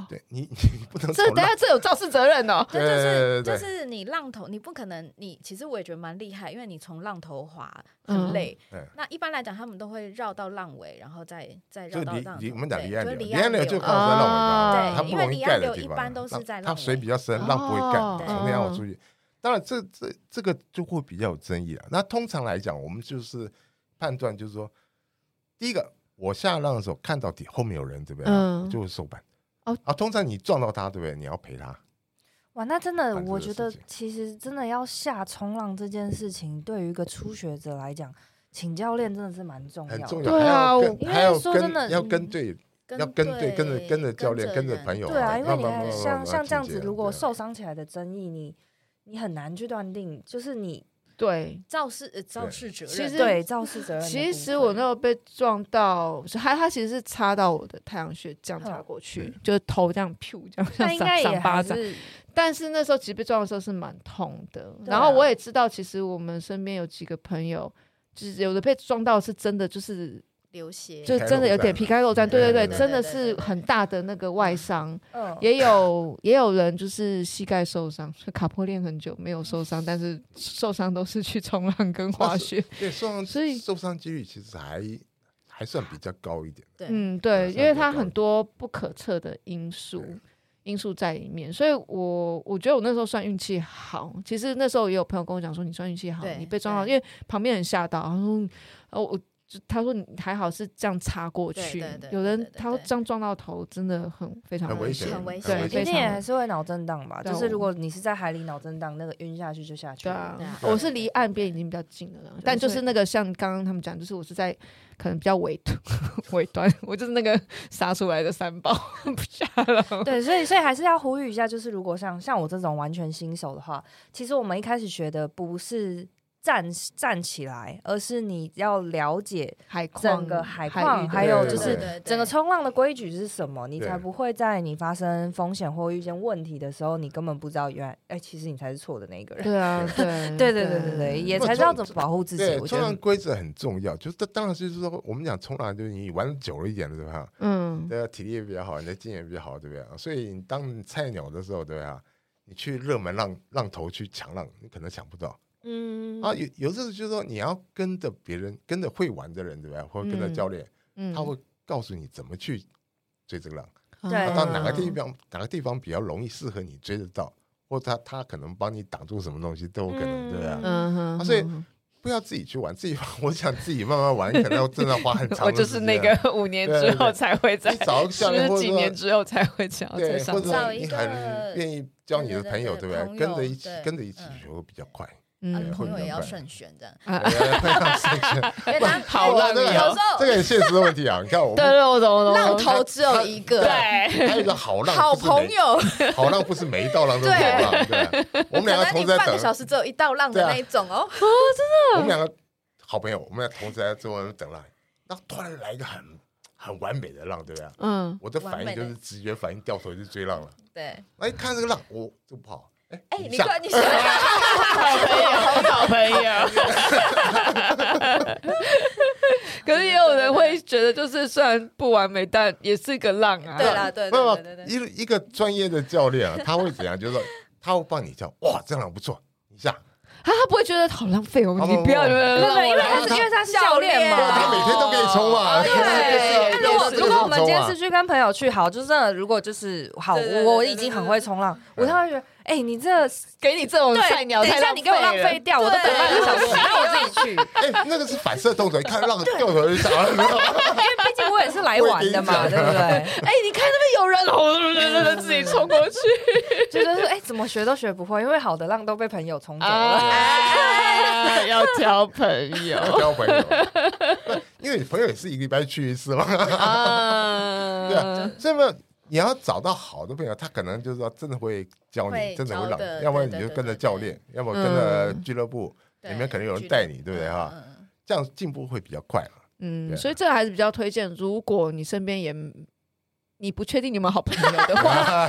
S2: 对你 (laughs) 你不能
S1: 哦这
S2: 从
S1: 等
S2: 浪
S1: 下这有肇事责任哦，
S4: 对，
S2: 对对对
S4: 就
S2: 对
S4: 是就是你浪头，你不可能，你其实我也觉得蛮厉害，因为你从浪头滑
S1: 嗯
S4: 很累。
S2: 对
S4: 那一般来讲，他们都会绕到浪尾，然后再再
S2: 就
S4: 绕到
S2: 离
S4: 浪头。
S2: 离我们讲
S4: 对
S2: 离岸
S4: 就
S2: 流，
S4: 离
S2: 岸流
S4: 流
S2: 就放
S1: 啊
S2: 在浪尾巴，
S4: 对
S2: 它不
S4: 因为
S2: 容易
S4: 离
S2: 盖
S4: 岸
S2: 的
S4: 流
S2: 地
S4: 一
S2: 方，
S4: 般都是
S2: 浪
S4: 在
S2: 它
S4: 浪
S2: 水
S4: 尾
S2: 比较深，
S1: 哦
S2: 浪不会盖，
S1: 对
S2: 从那样
S1: 哦
S2: 往出去。当然，这这这个就会比较有争议了。那通常来讲，我们就是判断，就是说，第一个，我下浪的时候看到底后面有人，对不对？
S1: 嗯
S2: 我就会收板。
S1: 哦
S2: 啊，通常你撞到他，对不对？你要赔他。
S3: 哇，那真的，
S2: 反正
S3: 我
S2: 这
S3: 觉
S2: 个
S3: 得
S2: 事情
S3: 其实真的要下冲浪这件事情，对于一个初学者来讲，请教练真的是蛮重要
S2: 很
S3: 的。
S2: 重要，
S1: 对啊
S2: 还要
S1: 我
S2: 跟还要
S3: 因为说真的
S2: 跟要
S3: 嗯
S2: 跟对，要跟对，跟着跟着教练，跟着朋友，
S3: 对啊，因为
S2: 哦慢
S3: 你
S2: 慢慢
S3: 看，
S2: 慢慢
S3: 像
S2: 慢
S3: 像这样
S2: 集
S3: 子，
S2: 结
S3: 如果
S2: 对啊
S3: 受伤起来的争议，你你很难去断定，就是你
S1: 对，
S4: 肇事呃肇事责任。
S1: 其实
S3: 对肇事责任的部分。
S1: 其实我那时候被撞到，还他其实是插到我的太阳穴，这样插过去，就是头这样噗这样
S3: 嗯那
S1: 像
S3: 应该
S1: 赏
S3: 也
S1: 赏巴
S3: 还
S1: 掌。
S3: 是
S1: 但是那时候其实被撞的时候是蛮痛的。
S3: 对啊
S1: 然后我也知道，其实我们身边有几个朋友，就是有的被撞到是真的，就是
S4: 流血，
S1: 就真的有点皮开肉绽。对
S2: 对
S1: 对对，
S2: 对对
S1: 真的是很大的那个外伤。
S3: 嗯，
S1: 也有也有人就是膝盖受伤，所以卡坡练很久没有受伤，但是受伤都是去冲浪跟滑雪。
S2: 对受伤
S1: 所以
S2: 受伤几率其实还还算比较高一点。
S4: 对，
S1: 嗯，对，
S2: 对
S1: 因为它很多不可测的因素
S2: 对
S1: 因素在里面，所以我我觉得我那时候算运气好。其实那时候也有朋友跟我讲说，你算运气好，
S4: 对
S1: 你被撞到，
S4: 对
S1: 因为旁边人吓到，然后呃我。就他说你还好是这样擦过去
S4: 对对对，
S1: 有
S4: 对
S1: 人
S4: 对对
S1: 他说这样撞到头真的很非常
S2: 很危险
S4: 很危
S1: 对
S4: 险
S1: 非
S4: 一
S1: 常
S3: 一定也还是会脑震荡吧。
S1: 对
S3: 就是如
S1: 我
S3: 果你是在海里脑震荡，那个晕下去就下去
S1: 对
S3: 了。
S1: 啊，
S4: 对
S1: 我是离岸边已经比较近了啦，但就
S3: 所以
S1: 是那个像刚刚他们讲，就是我是在可能比较尾端 (laughs) 尾端，我就是那个 (laughs) 杀出来的三宝 (laughs) 下了。
S3: 对，所以所以还是要呼吁一下，就是如果像像我这种完全新手的话，其实我们一开始学的不是站站起来，而是你要了解
S1: 海况
S3: 整个海况，
S1: 域的
S3: 还有
S2: 对
S3: 就
S2: 对
S3: 是
S2: 对
S3: 整个冲浪的规矩是什么，你
S2: 对
S3: 才不会在你发生风险或遇见问题的时候，你根本不知道原来，哎、其实你才是错的那一个
S1: (laughs)
S3: 人。
S1: 对啊，对
S3: 对对对对对，也才知道怎么保护自己
S2: 对。，
S3: 我觉
S2: 冲
S3: 得
S2: 浪规则很重要，就是这当然就是说，我们讲冲浪，就是你玩久了一点了，对吧？
S1: 嗯，
S2: 对啊，体力也比较好，你的经验也比较好，对不对？所以你当你菜鸟的时候，对吧？你去热门浪浪头去抢浪，你可能抢不到
S3: 嗯
S2: 啊。有有时候就是说，你要跟着别人，跟着会玩的人，对吧？或者跟着
S1: 嗯
S2: 教练，
S1: 嗯
S2: 他会告诉你怎么去追这个浪。
S3: 对
S2: 那到啊哪个
S1: 嗯
S2: 地方哪个地方比较容易适合你追得到，或者他他可能帮你挡住什么东西都有可能，对啊
S3: 嗯？
S1: 嗯哼、
S2: 啊所以
S1: 嗯
S2: 不要自己去玩，自己玩 (laughs) 我想自己慢慢玩，可能要真的花
S1: (laughs)
S2: 很长
S1: 我
S2: 的
S1: 就是
S2: 时间
S1: 那个五年之后才会在
S2: 你，找个
S1: (laughs)
S2: 教练
S1: 十
S2: 或者
S1: 几
S2: 说
S1: 年之后才会这样
S2: 对
S1: 才，上
S2: 或者
S4: 找
S2: 说
S1: 场
S4: 一
S2: 你
S4: 个
S2: 很愿意交你的朋友，
S4: 对
S2: 对
S4: 对
S2: 不对？
S4: 对
S2: 跟着一起
S4: 朋友对
S2: 跟着一起
S4: 嗯
S2: 学会比较快。
S4: 啊
S1: 嗯，
S4: 朋友也要
S2: 对
S4: 慎选这样。
S1: 啊
S2: (laughs) 对非常正确
S4: 因为他
S1: (laughs) 好
S2: 哇
S1: 浪
S2: 这个
S1: 你哦
S4: 有时候
S2: 这个很现实的问题啊！你看我
S1: 对
S2: 们
S1: 对，我懂我懂，我懂
S4: 浪头只有一个，欸啊
S1: 对，
S2: 还有一个好浪，
S4: 好
S2: 不是
S4: 朋
S2: 每
S4: 友
S2: 好浪不是每一道浪都是好浪，对。啊我们
S4: 可
S2: 两个
S4: 能
S2: 同
S4: 你
S2: 时在
S4: 半
S2: 等啊
S4: 个，小时只有一道浪的那一
S2: (laughs)
S4: 种哦，
S2: 我们两个好朋友，我们俩同时在做等浪，那突然来一个很很完美的浪，对不对？
S1: 嗯，
S2: 我的反应就
S4: 完
S2: 是
S4: 美
S2: 直觉反应，掉头就追浪了。
S4: 对。
S2: 哎，看这个浪，我就不好。哎，
S4: 哎，
S2: 你
S4: 你
S2: 下
S4: 说
S2: (laughs)
S4: 你说，
S1: 好朋友， (laughs) 好朋友。可是也有人会觉得就是虽然不完美，但也是个浪啊。
S4: 对啦，对
S2: 不
S4: 对
S2: 不
S4: 对对，对，
S2: 一一个专业的教练啊，他会怎样？就是说他会帮你叫，哇，这样不错，一下。
S1: 啊，他不会觉得好浪费哦，
S2: 好
S1: 你
S2: 不
S1: 不要
S2: 不不
S1: 让
S3: 对
S1: 我
S3: 对，因为
S1: 来
S3: 他是因为他是
S4: 教
S3: 教练
S4: 练
S3: 嘛，
S2: 他每天都给你冲
S3: 啊
S2: 嘛，
S4: 对
S2: 可是就是
S3: 对，
S4: 但
S3: 如果
S2: 就是
S3: 如果我
S2: 这
S3: 们
S2: 种
S3: 今天
S2: 啊
S3: 是去跟朋友去，好，就真的，如果就是好，
S4: 对对
S3: 我我
S4: 对对
S3: 已经
S4: 对
S3: 很
S4: 对
S3: 会冲浪，我他会觉得，哎，你这
S1: 给你这种
S3: 对，
S1: 菜鸟
S3: 等一
S1: 太
S3: 下
S1: 浪
S3: 你给我浪
S1: 了
S3: 费。掉，我都等半个小时，那我自己去，
S2: 哎、
S3: (laughs) 因
S2: 那个是反射动作，一看浪掉头就想，
S3: 为毕竟我也是来玩的嘛，
S2: 我已
S3: 对
S2: 经讲了
S3: 不对？
S1: 哎，你看那边有人，哦，我自己冲过去。
S3: 就是说，哎，怎么学都学不会，因为好的浪都被朋友冲走了。
S1: 啊，要交朋友
S2: 要交朋友，不因为你朋友也是一个礼拜去一次嘛，
S4: 嗯
S2: 对
S1: 啊
S2: 啊，所以嘛，你要找到好的朋友，他可能就是说真的会教你，
S4: 会
S2: 真的会
S4: 教
S2: 让
S4: 的
S2: 你，要不然你
S4: 对
S2: 就
S4: 对
S2: 跟着
S4: 对
S2: 教
S4: 对
S2: 练，要么跟着
S1: 嗯
S2: 俱乐部，
S4: 对
S2: 里面肯定有人
S4: 俱乐
S2: 带你，对不对
S4: 嗯
S2: 哈？
S4: 嗯嗯
S2: 这样进步会比较快嘛。
S1: 嗯，
S2: 对
S1: 所以这个还是比较推荐。如果你身边也你不确定你有没有好朋友的话，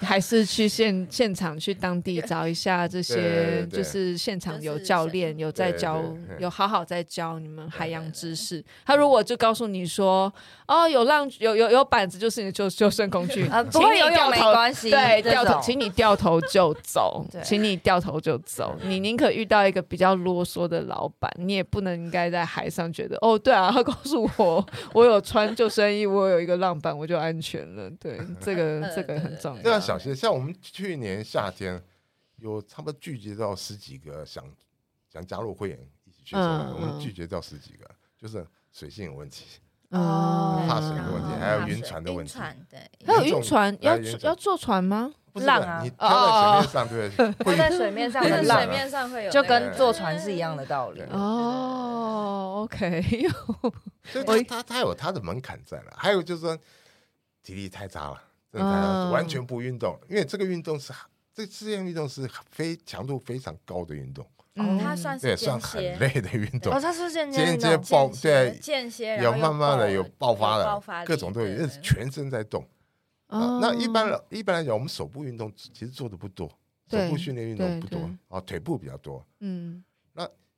S1: 还是去现现场去当地找一下这些，
S2: 对对对
S1: 就是现场有
S4: 就是
S1: 教
S4: 现
S1: 练有在
S2: 对
S1: 教
S2: 对，对
S1: 有好好在教你们海洋
S4: 对对
S1: 知识。他如果就告诉你说，哦，有浪有有有板子就是你的救救生工具，
S3: 呃，不会
S1: 请
S3: 游
S1: 你掉
S3: 泳没
S1: 头
S3: 关系，
S1: 对，
S3: 这
S1: 掉头
S3: 种，
S1: 请你掉头就走
S3: 对，
S1: 请你掉头就走。你宁可遇到一个比较啰嗦的老板，你也不能应该在海上觉得哦，对啊，他告诉我 (laughs) 我有穿救生衣，我有一个浪板，我就安全了。对，这个
S4: 呃
S1: 这个很重
S2: 这
S1: 要
S2: 样。小些，像我们去年夏天有差不多聚集到十几个想想加入会员一起去冲浪，
S1: 嗯
S2: 我们拒绝掉十几个，就是水性有问题，
S1: 哦，
S2: 怕水的问题
S4: 嗯
S2: 还有
S4: 怕
S2: 晕
S4: 水
S2: 船的问题
S4: 晕船对，
S1: 还有晕船，
S2: 还
S1: 要
S2: 有晕船
S1: 要坐船吗？
S2: 不是
S3: 浪
S2: 的
S3: 啊
S2: 你漂在
S4: 哦
S2: 水面
S4: (laughs)
S2: 上对不对？
S3: 它在
S2: 会
S3: 水 (laughs) 面上
S2: 会
S3: 的
S4: 在
S2: 晕
S3: 浪
S4: 水
S2: 船
S3: 啊，
S4: 面上会有
S3: 就
S4: 那
S3: 跟
S4: 个
S3: 坐船是一样的道理
S2: 对。
S1: 哦，OK，
S2: 所以
S1: 我
S2: 他他他有他的门槛在了。还有就是说，体力太差了，真的太差了
S1: 嗯
S2: 完全不运动，因为这个运动是这这项运动是非强度非常高的运动，
S3: 嗯
S4: 哦，它算
S2: 对，
S4: 是
S2: 算
S4: 间
S2: 很
S4: 歇，
S2: 累的运动
S3: 哦，。它是间接
S2: 间
S3: 运
S2: 接
S3: 动
S2: 爆
S4: 间歇
S2: 对
S4: 间歇，然
S2: 有
S4: 后又
S2: 慢慢的有爆发的，
S4: 爆发力
S2: 各种都有，
S4: 对
S2: 因为
S4: 对
S2: 全身在动。啊
S1: 哦
S2: 那一般来一般来讲，我们手部运动其实做的不多，手
S1: 对
S2: 部训练运动
S1: 对
S2: 不多
S1: 对
S2: 啊，腿部比较多。
S1: 嗯，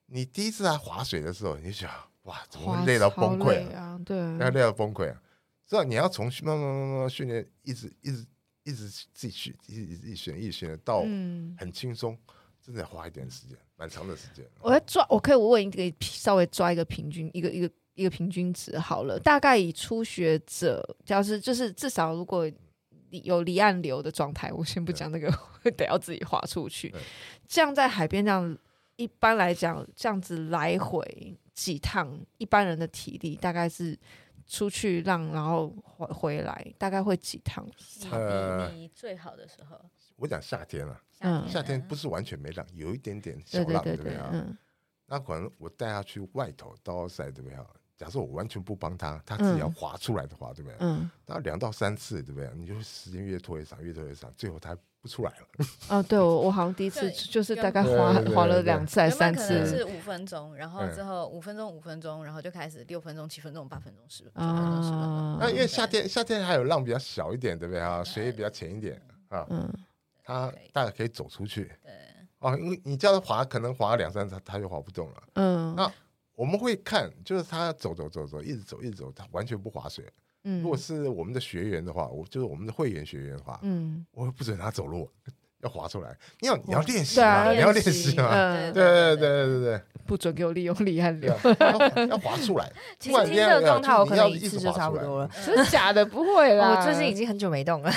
S2: 你第一次来滑水的时候，你就想哇，怎么
S1: 哇
S2: 会累到
S1: 超
S2: 崩溃
S1: 累
S2: 啊？
S1: 啊！
S2: 要
S1: 对，
S2: 累到崩溃啊！知道你要从慢慢慢慢慢训练，一直一直一直自己训，一直自己训，一直训练到
S1: 嗯。
S2: 很轻松，真的花一点时间，蛮长的时间。
S1: 我要抓，我可以问一个稍微抓一个平均，一个一个一个平均值好了。大概以初学者，要是就是至少如果离有离岸流的状态，我先不讲那个，我得要自己划出去
S2: 对。
S1: 这样在海边这样，一般来讲这样子来回几趟，一般人的体力大概是出去浪，然后回回来，大概会几趟？
S2: 呃
S4: 你你最好的时候，
S2: 我讲夏天了、
S1: 嗯
S2: 夏天不是完全没浪，有一点点小
S1: 对对
S2: 浪，
S1: 对
S2: 不对
S1: 对
S2: 啊？，
S1: 嗯
S2: 那可能我带他去外头到奥赛对不对啊？假设我完全不帮他，他自己要
S1: 嗯
S2: 划出来的话，对不对？
S1: 嗯，
S2: 那两到三次，对不啊对？你就时间越拖越长，越拖越长，最后他不出来了。
S1: 哦，对我我好像第一次
S4: 对
S1: 就是大概划
S2: 对对对
S1: 划了
S2: 对
S1: 两次还
S4: 原
S1: 是三
S4: 本可
S1: 次
S4: 能。是五分钟，然后
S2: 嗯
S4: 之后五分钟五分钟，然后就开始六分钟七分钟八分钟十分钟九分钟十分钟，
S1: 啊，
S2: 那因为夏天夏天还有浪比较小一点，对不对啊？水也比较浅一点啊，
S1: 嗯，
S2: 他
S4: 可以
S2: 大概可以走出去
S4: 对，
S2: 哦。因为你叫他划，可能划两三次他就划不动了。
S1: 嗯
S2: 那我们会看，就是他走走走走，一直走一直走，他完全不划水。
S1: 嗯，
S2: 如果是我们的学员的话，我就是我们的会员学员的话，
S1: 嗯，
S2: 我会不准他走路， (laughs) 要划出来。你要你要
S1: 哇
S2: 练习
S1: 对啊
S2: 嘛，你要
S4: 练
S2: 练
S4: 习
S2: 习嘛。
S1: 嗯
S4: 对
S2: 对对对对
S1: 不准给我利用离岸流，
S2: 对，要要划出来。
S3: 其
S2: 不
S3: 实
S2: 然
S3: 听
S2: 你要
S3: 这个状态，我
S2: 你
S3: 可
S2: 要
S3: 能一
S2: 直
S3: 次就
S2: 划出
S3: 差不
S2: 来
S3: 多了。
S4: 嗯
S1: 真的假的？不会啦，
S3: 我最近已经很久没动了，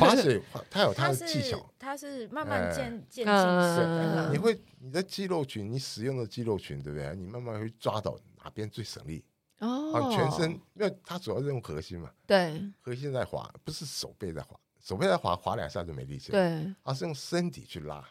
S2: 划水它有它
S4: 它
S2: 的
S4: 是
S2: 技巧，
S4: 它是慢慢
S2: 哎
S4: 渐渐进式
S1: 嗯
S4: 的
S2: 你
S4: 啦，
S2: 会你的肌肉群，你使用的肌肉群，对不对？你慢慢会抓到哪边最省力，啊
S1: 哦，，
S2: 全身，因为它主要是用核心嘛，
S1: 对
S2: 核心在滑，不是手背在滑，手背在滑，滑两下就没力
S1: 네.
S2: 气了，
S1: 对，
S2: 而是用身体去拉。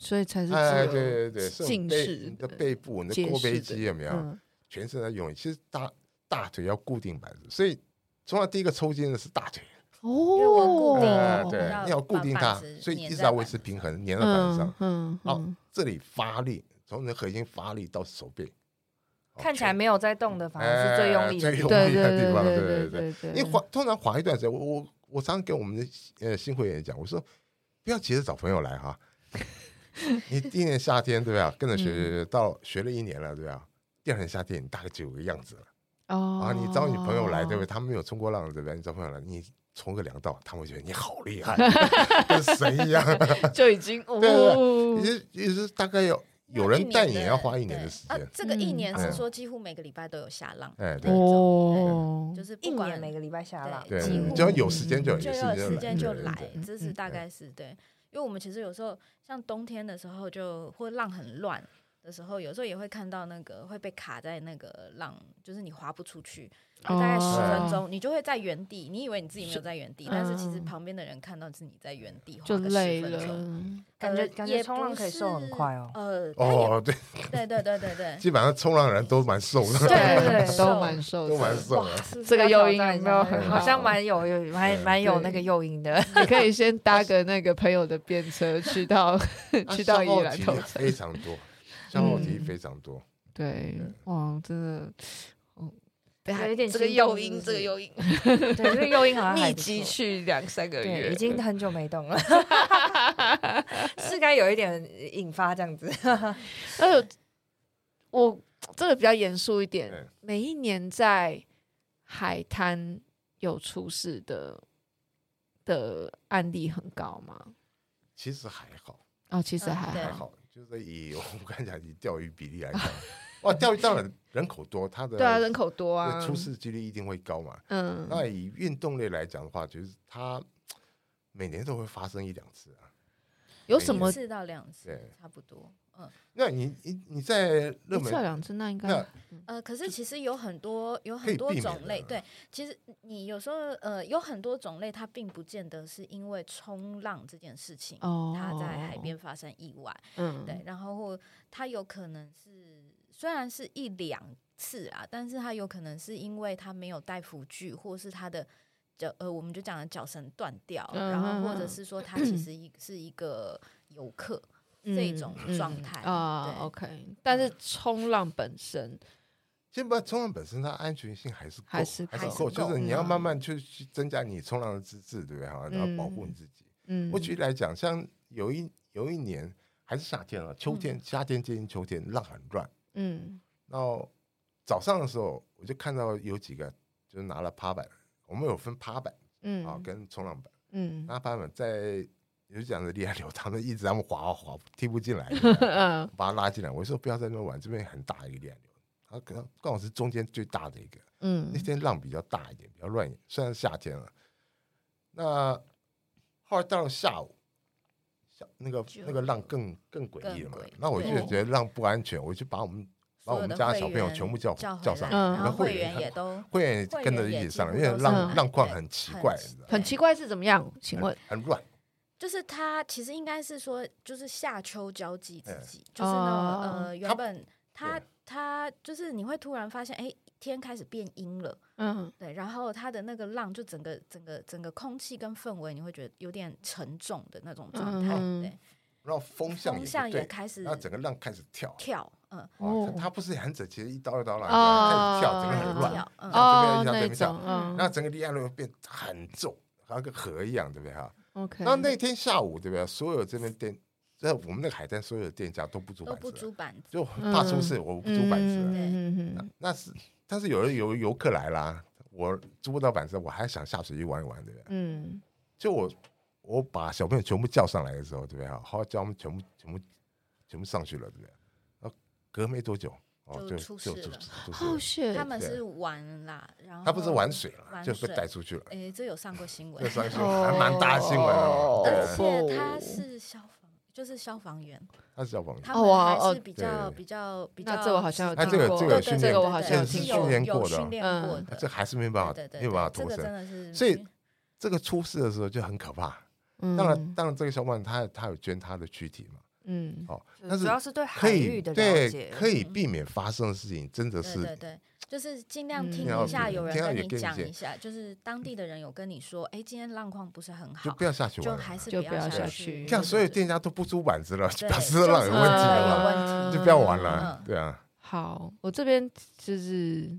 S1: 所以才是自
S2: 哎，
S1: 由
S2: 对对对，是用
S1: 近
S2: 背
S1: 视
S2: 你的背部，你
S1: 结
S2: 的
S1: 实
S2: 锅背
S1: 的
S2: 肌有没有？
S1: 嗯
S2: 全身在用力，其实大大腿要固定板子，所以从来第一个抽筋的是大腿。
S3: 因为我
S1: 哦
S3: 固，定
S1: 아,
S2: 呃
S4: 哦
S1: 네.
S2: 对
S4: 要，
S2: 你要固定它
S4: 把板子，
S2: 所以一
S4: 粘
S2: 直
S4: 在
S2: 要
S4: 板
S2: 维持平衡，粘在板
S1: 嗯
S2: 上。
S1: 嗯
S2: 好
S1: 嗯，
S2: 这里发力，从你的核心发力到手背，哦
S3: 看起来
S2: 全
S3: 没有在动的，反而是最用力
S2: 哎最
S3: 的。
S2: 用
S1: 对
S2: 力
S1: 对
S2: 的地方，
S1: 对
S2: 对对。
S1: 对对，
S2: 因为滑通常滑一段时间，我我我常常跟我们的呃新会员讲，我说不要急着找朋友来哈， (laughs) 你第一年
S4: 嗯
S2: 夏天对吧，跟着学学学到学了一年了对吧，第二年夏天你大概就有个样子了，
S1: 哦
S2: 啊，你找你朋友来，
S4: 哦
S2: 对不对？他们没有冲过浪，对不对？你找朋友来，你冲个两道，他们会觉得你好厉
S4: (laughs)
S2: 害，跟神一样。
S1: 对？就已经
S2: 对啊
S1: 哦
S2: 也，是也是大概要
S4: 那
S2: 有人带
S4: 一
S2: 你
S4: 年的
S2: 要花一年的
S4: 对
S2: 时
S4: 啊
S2: 间。。
S4: 这个一
S1: 嗯
S4: 年
S2: 嗯
S4: 是说几乎每个礼拜都有下浪，
S2: 哎，
S1: 네.
S2: 对，
S1: 哦，
S4: 就是不
S3: 一年
S4: 管
S3: 每个礼拜下浪，
S4: 对
S2: 对，
S4: 几
S2: 你
S4: 乎嗯
S2: 只要有时间就有，
S4: 就
S2: 有
S4: 有时间就
S2: 对
S4: 来
S2: 对，
S4: 这是大
S2: 嗯
S4: 概是对。因为我们其实有时候像冬天的时候就或浪很乱的时候，有时候也会看到那个会被卡在那个浪，就是你划不出去，就大概十
S1: 哦
S4: 分钟，你就会在原地，你以为你自己没有在原地，但是其实
S1: 嗯
S4: 旁边的人看到是你在原地
S1: 就
S4: 划个
S1: 累
S4: 十分
S1: 了，
S4: 钟，
S3: 感觉
S4: 呃
S3: 感觉
S4: 也
S3: 冲
S4: 不
S3: 浪可以瘦很
S4: 是
S2: (laughs)
S3: 快哦
S4: 呃，他也
S2: 哦，对，
S4: 对对对对
S2: (laughs)
S4: 对，
S2: 基本上冲浪人都蛮瘦的，
S3: 对
S4: 네,
S3: 对对
S1: 都蛮瘦的，
S2: 都蛮瘦的。
S3: 是不是
S1: 这个
S3: 要
S1: 诱因有
S3: 挑战一
S1: 没有
S3: 下哦
S1: 很
S3: 好像
S1: 好
S3: 蛮有有蛮蛮有那个诱因 (laughs) 的。
S1: (laughs) 你可以先搭个那个朋友的便车去到 (laughs) 去到宜兰头嗯
S2: 消耗体
S1: 城，
S2: 力非常
S1: (laughs)
S2: 多，消耗体力非常多。
S1: 对，哇，真的，哦，
S3: 有一点
S1: 这个
S3: 心
S1: 诱
S3: 动
S1: 因，
S3: 是
S1: 这
S3: 不
S1: 个
S3: 是
S1: 诱因，
S3: 对，这个诱因好像还
S1: 密
S3: 不
S1: 集
S3: 错
S1: 去两三个
S3: 对，
S1: 月，
S3: 已
S1: (laughs)
S3: 经很久没动了， (laughs) 是该有一点引发这样子。
S1: 哎呦，我这个比较严肃一
S2: 对
S1: 点。每一年在海滩有出事的的案例很高吗？
S2: 其实还好，
S1: 哦，其实
S4: 嗯
S1: 还
S4: 对
S2: 还
S1: 好，
S2: 好，就是以 (laughs) 我们刚才讲以钓鱼比例来看，哇，钓鱼当然人口多，它的
S1: 对啊，人口多啊，
S2: 对出事几率一定会高嘛。
S1: 嗯，
S2: 那以运动类来讲的话，就是它每年都会发生一两次啊。
S1: 有什么
S4: 一？次到两次
S2: 对
S4: 差不多，嗯。
S2: 那你你你在
S1: 一
S2: 热
S1: 次
S2: 门
S1: 两次那应该
S2: 那
S4: 呃，可是其实有很多有
S2: 可以
S4: 很多
S2: 避免
S4: 种类，
S2: 的
S4: 对，其实你有时候呃有很多种类，它并不见得是因为冲浪这件事情，
S1: 哦，
S4: 它在海边，发生意外，
S1: 嗯，
S4: 对，，然后或它有可能是虽然是一两次啊，但是它有可能是因为它没有带辅具，或是它的。脚呃，我们就讲的脚绳断掉，
S1: 嗯
S4: 然后
S1: 嗯
S4: 或者
S1: 嗯嗯
S4: 是说它其实一是一个游客，这种状态
S1: 啊
S4: 对
S1: ，OK。但是冲浪本身，
S2: 先不要冲浪本身，它安全性还是够
S1: 还是
S2: 还
S4: 还
S2: 是
S4: 是
S2: 够，就
S4: 够
S2: 是你要
S1: 嗯
S2: 慢慢去去增加你冲浪的资质，对不对？哈，然后保护你
S1: 嗯
S2: 自己。
S1: 嗯，
S2: 我举例来讲，像有一有一年还是夏天了，啊秋天夏天接近秋天，浪很乱。
S1: 嗯
S2: 然后早上的时候，我就看到有几个就是拿了趴板，我们有分趴板
S1: 嗯
S2: 啊跟啊冲浪板，
S1: 嗯
S2: 拿趴板在有讲的厉害流，他们一直让我滑啊滑，踢不
S1: (laughs)
S2: 进来，对不对
S1: 嗯
S2: 把他拉进来。我说不要在那边玩，这边很大一个厉害流。他可能刚好是中间最大的一个，
S1: 嗯
S2: 那天浪比较大一点，比较乱一点，虽然是夏天了。那后来到了下午，下那个
S4: 就
S2: 那个浪更更诡异了嘛
S4: 更诡异。
S2: 那我就
S1: 对
S2: 觉得浪不安全，我就把我们把我
S4: 所
S2: 们
S4: 有的
S2: 家
S4: 会
S2: 小朋友
S4: 员
S2: 全部叫
S4: 叫回
S2: 叫上
S4: 来
S2: 来，
S1: 嗯
S4: 然
S2: 那
S4: 后
S2: 会
S4: 会
S2: 员
S4: 员也
S2: 很
S4: 都
S2: 会员也
S4: 会
S2: 跟
S4: 员
S2: 着一
S4: 也
S2: 起
S4: 几
S2: 上来，
S4: 乎
S2: 因为
S4: 都
S1: 上
S2: 浪
S1: 来
S2: 浪况
S4: 对
S2: 很奇
S4: 很
S2: 怪，
S4: 奇
S2: 你知道吗
S1: 很奇怪是怎么样？请
S2: (laughs)
S1: 问，
S2: 很乱，
S4: 就是他其实应该是说，就是夏秋交际
S2: 嗯
S4: 自己，
S1: 哎
S4: 就是那种
S1: 哦
S4: 呃，原本他他就是你会突然发现，哎、天开始变阴了，
S1: 嗯
S4: 对，然后它的那个浪就整个整个整个空气跟氛围，你会觉得有点沉重的那种状态，
S1: 嗯
S4: 对，
S2: 然后风向也
S4: 风向
S2: 不
S4: 也
S2: 对，
S4: 开始
S2: 然后整个浪开始跳。
S4: 跳，嗯，
S1: 哦
S2: 哦，它它不是很整齐，一刀一刀浪，
S1: 哦
S2: 开始跳，整个
S4: 开始
S2: 很乱。
S4: 跳，嗯，
S1: 哦
S2: 哦，那
S1: 那
S2: 一种
S1: 种，嗯，
S2: 那整个离岸流变很重，好像个河一样，对不对哈？
S1: OK，
S2: 那那天下午，对不对？所有这边店，在我们那个海滩，所有的店家都不租
S4: 都
S2: 板
S4: 不嗯
S2: 子了，
S4: 租板子，
S2: 就怕出事，我不租板子
S1: 嗯
S2: 了。那那是，但是有人有游客来啦，我租不到板子，我还想下水去玩一玩，对不对？
S1: 嗯
S2: 就我我把小朋友全部叫上来的时候，对不对？好好叫他们全部全部全部上去了，对不对？然后隔没多久，哦，
S4: 就
S2: 就
S4: 出
S2: 就就
S4: 事
S2: 就
S4: 了
S2: 出事
S1: 好
S2: 了，
S1: shit，
S4: 他们
S2: 对
S4: 是玩啦，然后
S2: 他不是玩，水了，
S4: 玩
S2: 就被
S4: 水
S2: 带出去了。
S4: 哎、这有上过新闻
S2: 这，算是
S1: 哦
S2: 还蛮大的新闻哦。对
S4: 而
S1: 哦，
S4: 且他是消防，就是消防员，
S2: 他是消防员。
S4: 他
S1: 哦
S4: 们
S1: 哇
S4: 还
S1: 哦
S4: 是比较
S2: 对
S4: 比较比较。
S1: 那这我好像有
S2: 哎
S1: 听
S2: 这个
S1: 过，
S2: 这个有
S4: 对对
S2: 训练
S1: 这个我好
S4: 对
S1: 像有
S4: 对
S1: 听
S4: 是
S1: 过嗯
S2: 训，练过
S4: 有
S2: 的
S4: 训练过的，
S2: 这还是没办法
S4: 对对，对，
S2: 没有办法
S4: 这
S2: 脱
S4: 个真
S2: 身。
S4: 的是，
S2: 所以这个出事的时候就很可怕。当然，
S1: 嗯
S2: 当然，这个消防员他他有捐他的躯体嘛，
S1: 嗯
S2: 哦，
S3: 就
S2: 但
S3: (laughs)
S2: 是
S3: 主要是对
S2: 可
S3: 海域
S2: 以
S3: 的了
S2: 对，
S3: 解
S2: 可以避免发生的事情，真的
S4: 对嗯对
S2: 是
S4: 对，就是尽量
S1: 嗯
S4: 听
S1: 尽量
S4: 一下，
S2: 听
S4: 有人
S2: 尽量
S4: 跟
S2: 也
S4: 你
S2: 跟你
S4: 讲
S2: 讲
S4: 一下，就是当地的人有跟你说，哎，今天浪况不是很
S2: 就
S4: 好
S2: 不，要下去
S4: 就
S2: 玩
S4: 还
S2: 了。
S4: 是
S1: 就不
S4: 要
S1: 要下
S4: 去
S1: 去。
S2: 这样，所有
S4: 对
S2: 店家都不租板子了，
S4: 对
S2: 表示浪有
S4: 就
S2: 问
S4: 是
S2: 题
S4: 有
S2: 了嘛，
S4: 问题
S1: 嗯
S2: 就不要玩了
S4: 嗯。
S2: 对啊，
S1: 好，我这边就是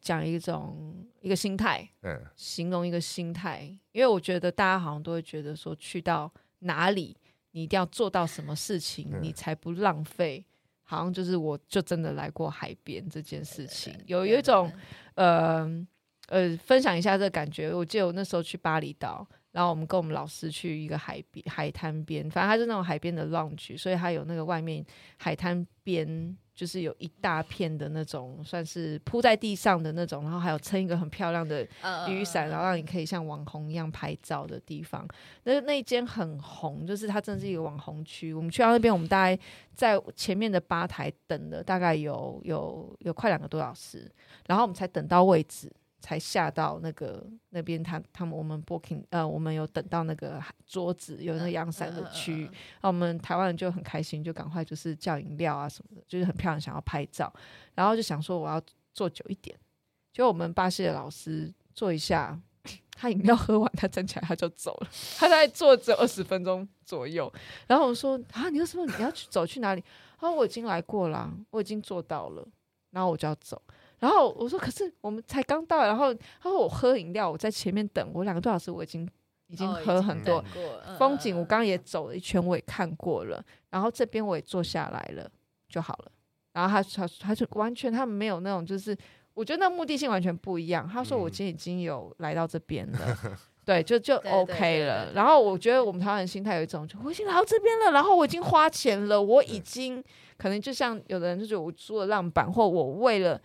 S1: 讲一种一个心态，
S2: 嗯，
S1: 形容一个心态，因为我觉得大家好像都会觉得说，去到哪里你一定要做到什么事情，
S2: 嗯
S1: 你才不浪费好像就是我就真的来过海边这件事情，有
S4: 对
S1: 有一种
S4: 对
S1: 呃呃，分享一下这个感觉。我记得我那时候去巴厘岛，然后我们跟我们老师去一个海边海滩边，反正它是那种海边的 lounge，所以它有那个外面海滩边。就是有一大片的那种，算是铺在地上的那种，然后还有撑一个很漂亮的
S4: 呃
S1: 雨伞，啊然后让你可以像网红一样拍照的地方。那那一间很红，就是它真的是一个网红区。我们去到那边，我们大概在前面的吧台等了大概有有有快两个多小时，然后我们才等到位置，才下到那个那边他他们我们 booking 呃，我们有等到那个桌子有
S4: 嗯
S1: 那个阳伞的区域，然后我们台湾人就很开心，就赶快就是叫饮料啊什么的，就是很漂亮，想要拍照，然后就想说我要坐久一点。结果我们巴西的老师坐一下， (coughs) 他饮料喝完，他站起来他就走了，他大概坐只有二十分钟左右。然后我说啊，你为什么你要去走去哪里？他说我已经来过啦，我已经做到了，然后我就要走。然后我说可是我们才刚到，然后他说我喝饮料，我在前面等，我两个多小时我已经已
S4: 嗯哦已
S1: 经喝很多，
S4: 等过嗯
S1: 风景我
S4: 嗯
S1: 刚刚也走了一圈，我也看过了，然后这边我也坐下来了就好了。然后他他他就完全他们没有那种就是，我觉得那目的性完全不一样。他说我
S2: 嗯
S1: 今天已经有来到这边了。对，就就
S4: 对对
S1: OK
S4: 对
S1: 了。
S4: 对
S1: 然后我觉得我们台湾人心态有一种，就我已经来到这边了，然后我已经花钱了，我已经可能就像有的人就觉得我租了浪板，或我为了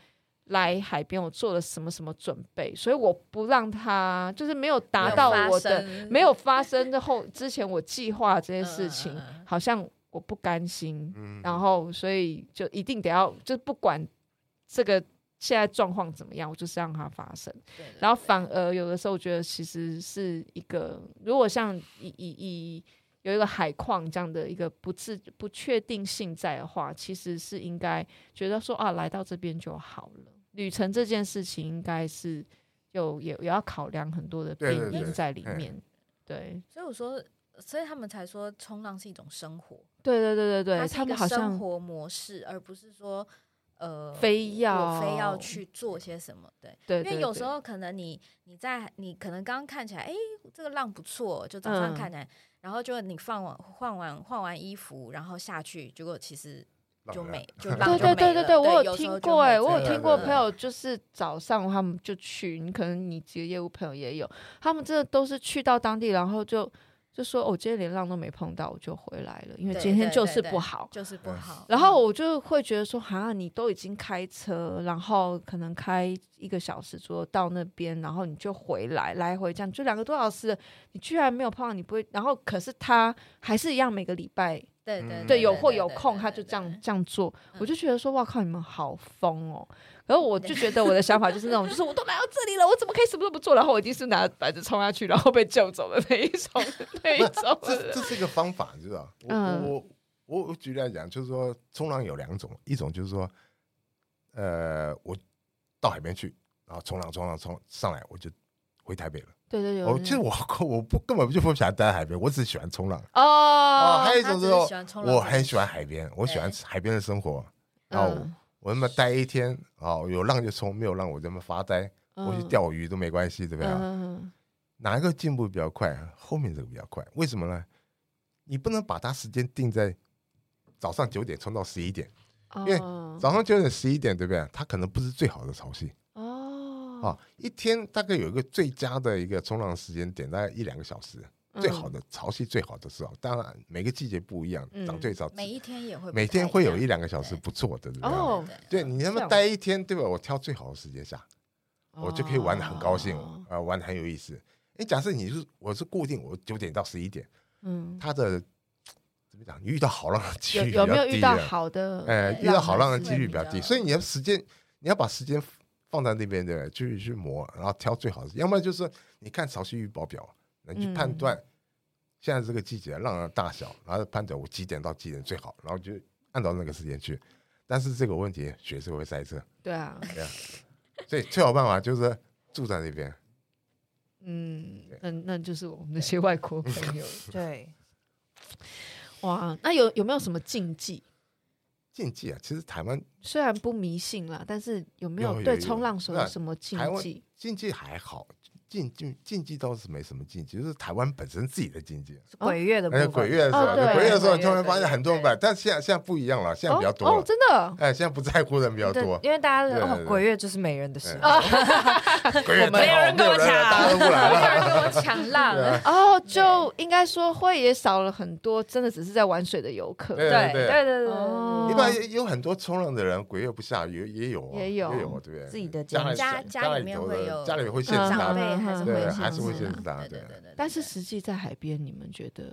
S1: 来海边我做了什么什么准备，所以我不让他就是没有达到我的没有发生之后，之前我计划这些事情，
S4: 嗯嗯嗯嗯
S1: 好像我不甘心，
S2: 嗯
S1: 然后所以就一定得要，就不管这个现在状况怎么样，我就是让它发生。然后反而有的时候，我觉得其实是一个，如果像以以以有一个海况这样的一个不自不确定性在的话，其实是应该觉得说啊，来到这边就好了。旅程这件事情应该是有也也要考量很多的
S2: 对
S1: 变
S2: 对
S1: 因
S2: 对
S1: 在里
S2: 嗯
S1: 面。对
S4: 所以我说，所以他们才说冲浪是一种生活，
S1: 对对对对
S4: 它
S1: 对，
S4: 是一
S1: 他
S4: 个
S1: 们好
S4: 生
S1: 像
S4: 活模式，而不是说呃
S1: 非要
S4: 我非要去做些什么。对，
S1: 对，
S4: 因
S1: 对
S4: 为有
S1: 对
S4: 时候可能你你在你可能刚刚看起来，哎，这个浪不错，就早
S1: 嗯
S4: 上看起来，然后就你放完换完换完衣服，然后下去，结果其实就
S2: 浪了
S4: 没就
S1: 对
S4: 浪就
S1: 对对
S4: 没
S1: 对
S4: 了
S1: 对，我有
S4: 有时候
S1: 听
S4: 就
S1: 过
S4: 会
S1: 哎、
S4: 这
S1: 我有
S4: 样
S1: 听过
S4: 嗯
S1: 朋友就是早上他们就去，你可能你几个业务朋友也有，他们真的都是去到当地，然后就就说哦，今天连浪都没碰到，我就回来了，因为
S4: 对
S1: 今天
S4: 对
S1: 就
S4: 对
S1: 是
S4: 对
S1: 不好。
S4: 就是不
S2: 嗯
S4: 好。
S1: 然后我就会觉得说，哈，你都已经开车，然后可能开一个小时左右到那边，然后你就回来，来回这样就两个多小时了，你居然没有碰到，你不会。然后可是他还是一样，每个礼拜
S4: 对
S2: 嗯
S4: 对
S1: 对，
S2: 对
S1: 有
S2: 对
S1: 或
S2: 对嗯
S1: 有空，他就这样这样做，我就觉得说，哇靠，你们好疯哦！然后我就觉得我的想法就是那种，就是我都来到这里了，我怎么可以什么都不做？然后我一定是拿板子冲下去，然后被救走的那一种， (laughs) 那一种。
S2: (laughs) 这这是一个方法，你知道？我、
S1: 嗯
S2: 我我我举例来讲，就是说冲浪有两种，一种就是说，呃，我到海边去，然后冲浪冲浪冲上来，我就回台北了。
S1: 对对对，
S2: 我
S4: 嗯
S2: 其实我我不根本就不想待在海边，我只喜欢冲浪。哦，
S1: 哦
S2: 还，有一
S4: 他
S2: 种
S4: 只
S2: 就是是
S4: 喜欢冲浪
S2: 我
S4: 这
S2: 很
S4: 件
S2: 喜欢
S4: 事
S2: 海边，我喜欢
S4: 对
S2: 海边的生活。然后
S1: 嗯，
S2: 我他妈待一天，哦，有浪就冲，没有浪我他妈发呆，我去
S1: 嗯，
S2: 钓鱼都没关系，对不对啊？
S1: 嗯
S2: 哪一个进步比较快？后面这个比较快，为什么呢？你不能把它时间定在早上九点冲到十一点，
S1: 嗯
S2: 因为
S1: 嗯
S2: 早上九点十一点，对不对？它可能不是最好的潮汐
S4: 嗯
S2: 啊、
S1: 哦，
S2: 一天大概有一个最佳的一个冲浪时间点，大概一两个小时，最
S4: 嗯
S2: 好的潮汐最好的时候。当然每个季节不一样，
S1: 嗯
S2: 涨最少，
S4: 每一天也会不
S2: 每天
S4: 太
S2: 会有
S4: 样
S2: 一两个小时
S4: 对
S2: 不错的，对不对？
S1: 哦
S4: 对
S2: 对你他
S1: 这
S2: 妈
S1: 样
S2: 待一天，对吧？我挑最好的时间下，
S1: 嗯，
S2: 我就可以玩的很高兴
S1: 哦，
S2: 呃，玩的很有意思。哎，假设你是我是固定我九点到十一点，
S1: 嗯，
S2: 它的怎么讲？你遇到好浪 (laughs) 的几
S1: 有
S2: 率比
S1: 有没有
S2: 较
S1: 遇
S2: 低
S1: 到
S2: 的，
S1: 好的？
S2: 哎，
S4: 浪
S2: 遇到好浪
S1: 还
S2: 的
S1: 是
S2: 几率比较
S4: 比
S2: 低，
S4: 较
S2: 所以你要时间，你要把时间放在那边，对不对？去去磨，然后挑最好的，要么就是你看潮汐预报表，你去判
S1: 嗯
S2: 断现在这个季节浪的大小，然后判断我几点到几点最好，然后就按照那个时间去。但是这个问题，雪是会塞车，
S1: 对啊，
S2: 所以最好办法就是住在那边。
S1: 嗯
S2: 对，
S1: 那那就是我们那些外国朋
S2: (laughs)
S1: 友。
S3: 对，
S1: 哇，那有有没有什么禁忌？
S2: 禁忌啊，其实台湾
S1: 虽然不迷信啦，但是有没
S2: 有有
S1: 对
S2: 有
S1: 冲浪手
S2: 那
S1: 有什么禁
S2: 台湾
S1: 忌？
S2: 禁忌还好，禁禁禁忌倒是没什么禁忌，就是台湾本身自己的禁忌。
S3: 是鬼月的部
S2: 哎，
S3: 分，
S2: 鬼月的时
S1: 哦
S2: 候，
S1: 对
S2: 鬼月的时候，
S4: 鬼
S2: 你
S4: 月
S2: 突然发现很多人
S4: 对
S2: 办，但现在现在不一样了，现在
S1: 哦
S2: 比较多
S1: 哦，
S2: 了。
S1: 真的
S2: 哎，现在不在乎的人比较
S3: 对
S2: 多，，
S3: 因为大家
S2: 对对
S3: 哦
S2: 对，
S3: 鬼月就是没人的事
S2: 对。鬼月太好了没有人来大家都不来
S4: (laughs) 没有
S2: 了。
S4: 人跟我抢浪，
S2: 对啊 (laughs)
S1: 哦，就应该说会也少了很多，真的只是在玩水的游客。
S2: 对啊
S3: 对
S2: 对
S3: 对对
S1: 哦
S3: 对，
S2: 一般也有很多冲浪的人，鬼月不下雨也有啊，
S1: 也
S2: 有
S1: 有
S2: 有，对不对？
S3: 自己的
S2: 家
S3: 家
S4: 家
S2: 家
S4: 里面
S2: 头
S4: 会
S2: 的
S4: 有
S2: 家里面会限制
S1: 嗯
S2: 他
S4: 长辈还是
S1: 对
S4: 会
S2: 还是会
S4: 限
S2: 限
S4: 制
S2: 制
S4: 啦
S2: 他
S4: 对对
S2: 对
S4: 对对。
S1: 但是实际在海边，你们觉得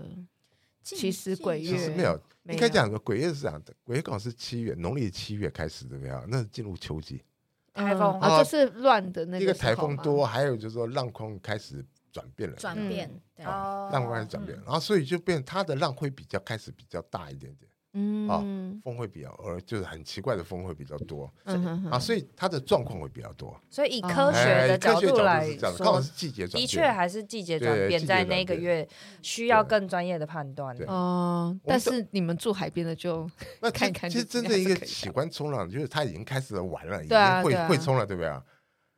S4: 禁
S1: 其实
S4: 忌
S1: 鬼
S4: 是
S2: 其实
S1: 月
S2: 没有，
S1: 没
S2: 应该
S1: 有
S2: 讲个鬼月是啊这样的，鬼月刚好是七月，农历七月开始，对不对啊？那是进入秋季，
S3: 台风
S1: 嗯啊，就是乱的那
S2: 一
S1: 个
S2: 个
S1: 时
S2: 台
S1: 候
S2: 风
S1: 嘛，
S2: 多，啊还有就是说浪况开始转变了，
S4: 转
S1: 嗯
S4: 变，对，
S2: 啊
S3: 哦，
S2: 浪况开始转变，
S4: 嗯
S2: 然后所以就变它的浪会比较开始比较大一点点，啊
S1: 嗯
S2: 风会比较呃就是很奇怪的风会比较多
S1: 嗯哼
S2: 啊，
S1: 哼
S2: 所以它的状况会比较多。
S3: 所
S4: 哦
S3: 以以科学
S2: 哎
S3: 的
S2: 科
S3: 角
S2: 学
S3: 度
S2: 角
S3: 来
S2: 度是这样的，刚好
S3: 说
S2: 是，季节转
S3: 的
S2: 变，
S3: 确还是季节转
S2: 对
S3: 变，
S2: 季节
S3: 在
S2: 转
S3: 那个
S2: 变
S3: 月需要
S2: 对
S3: 更专业的判断。
S2: 对
S1: 哦，
S2: 我
S1: 但
S2: 们
S1: 是你们住海边的就
S2: 那
S1: 看
S2: 其
S1: 看
S2: 其实
S1: 就知
S2: 真
S1: 道
S2: 正一
S1: 是
S2: 个
S1: 可以
S2: 喜
S1: 的
S2: 欢冲浪，就是他已经开始玩了，已
S1: 对啊
S2: 经会
S1: 对啊
S2: 会冲了，对不对啊？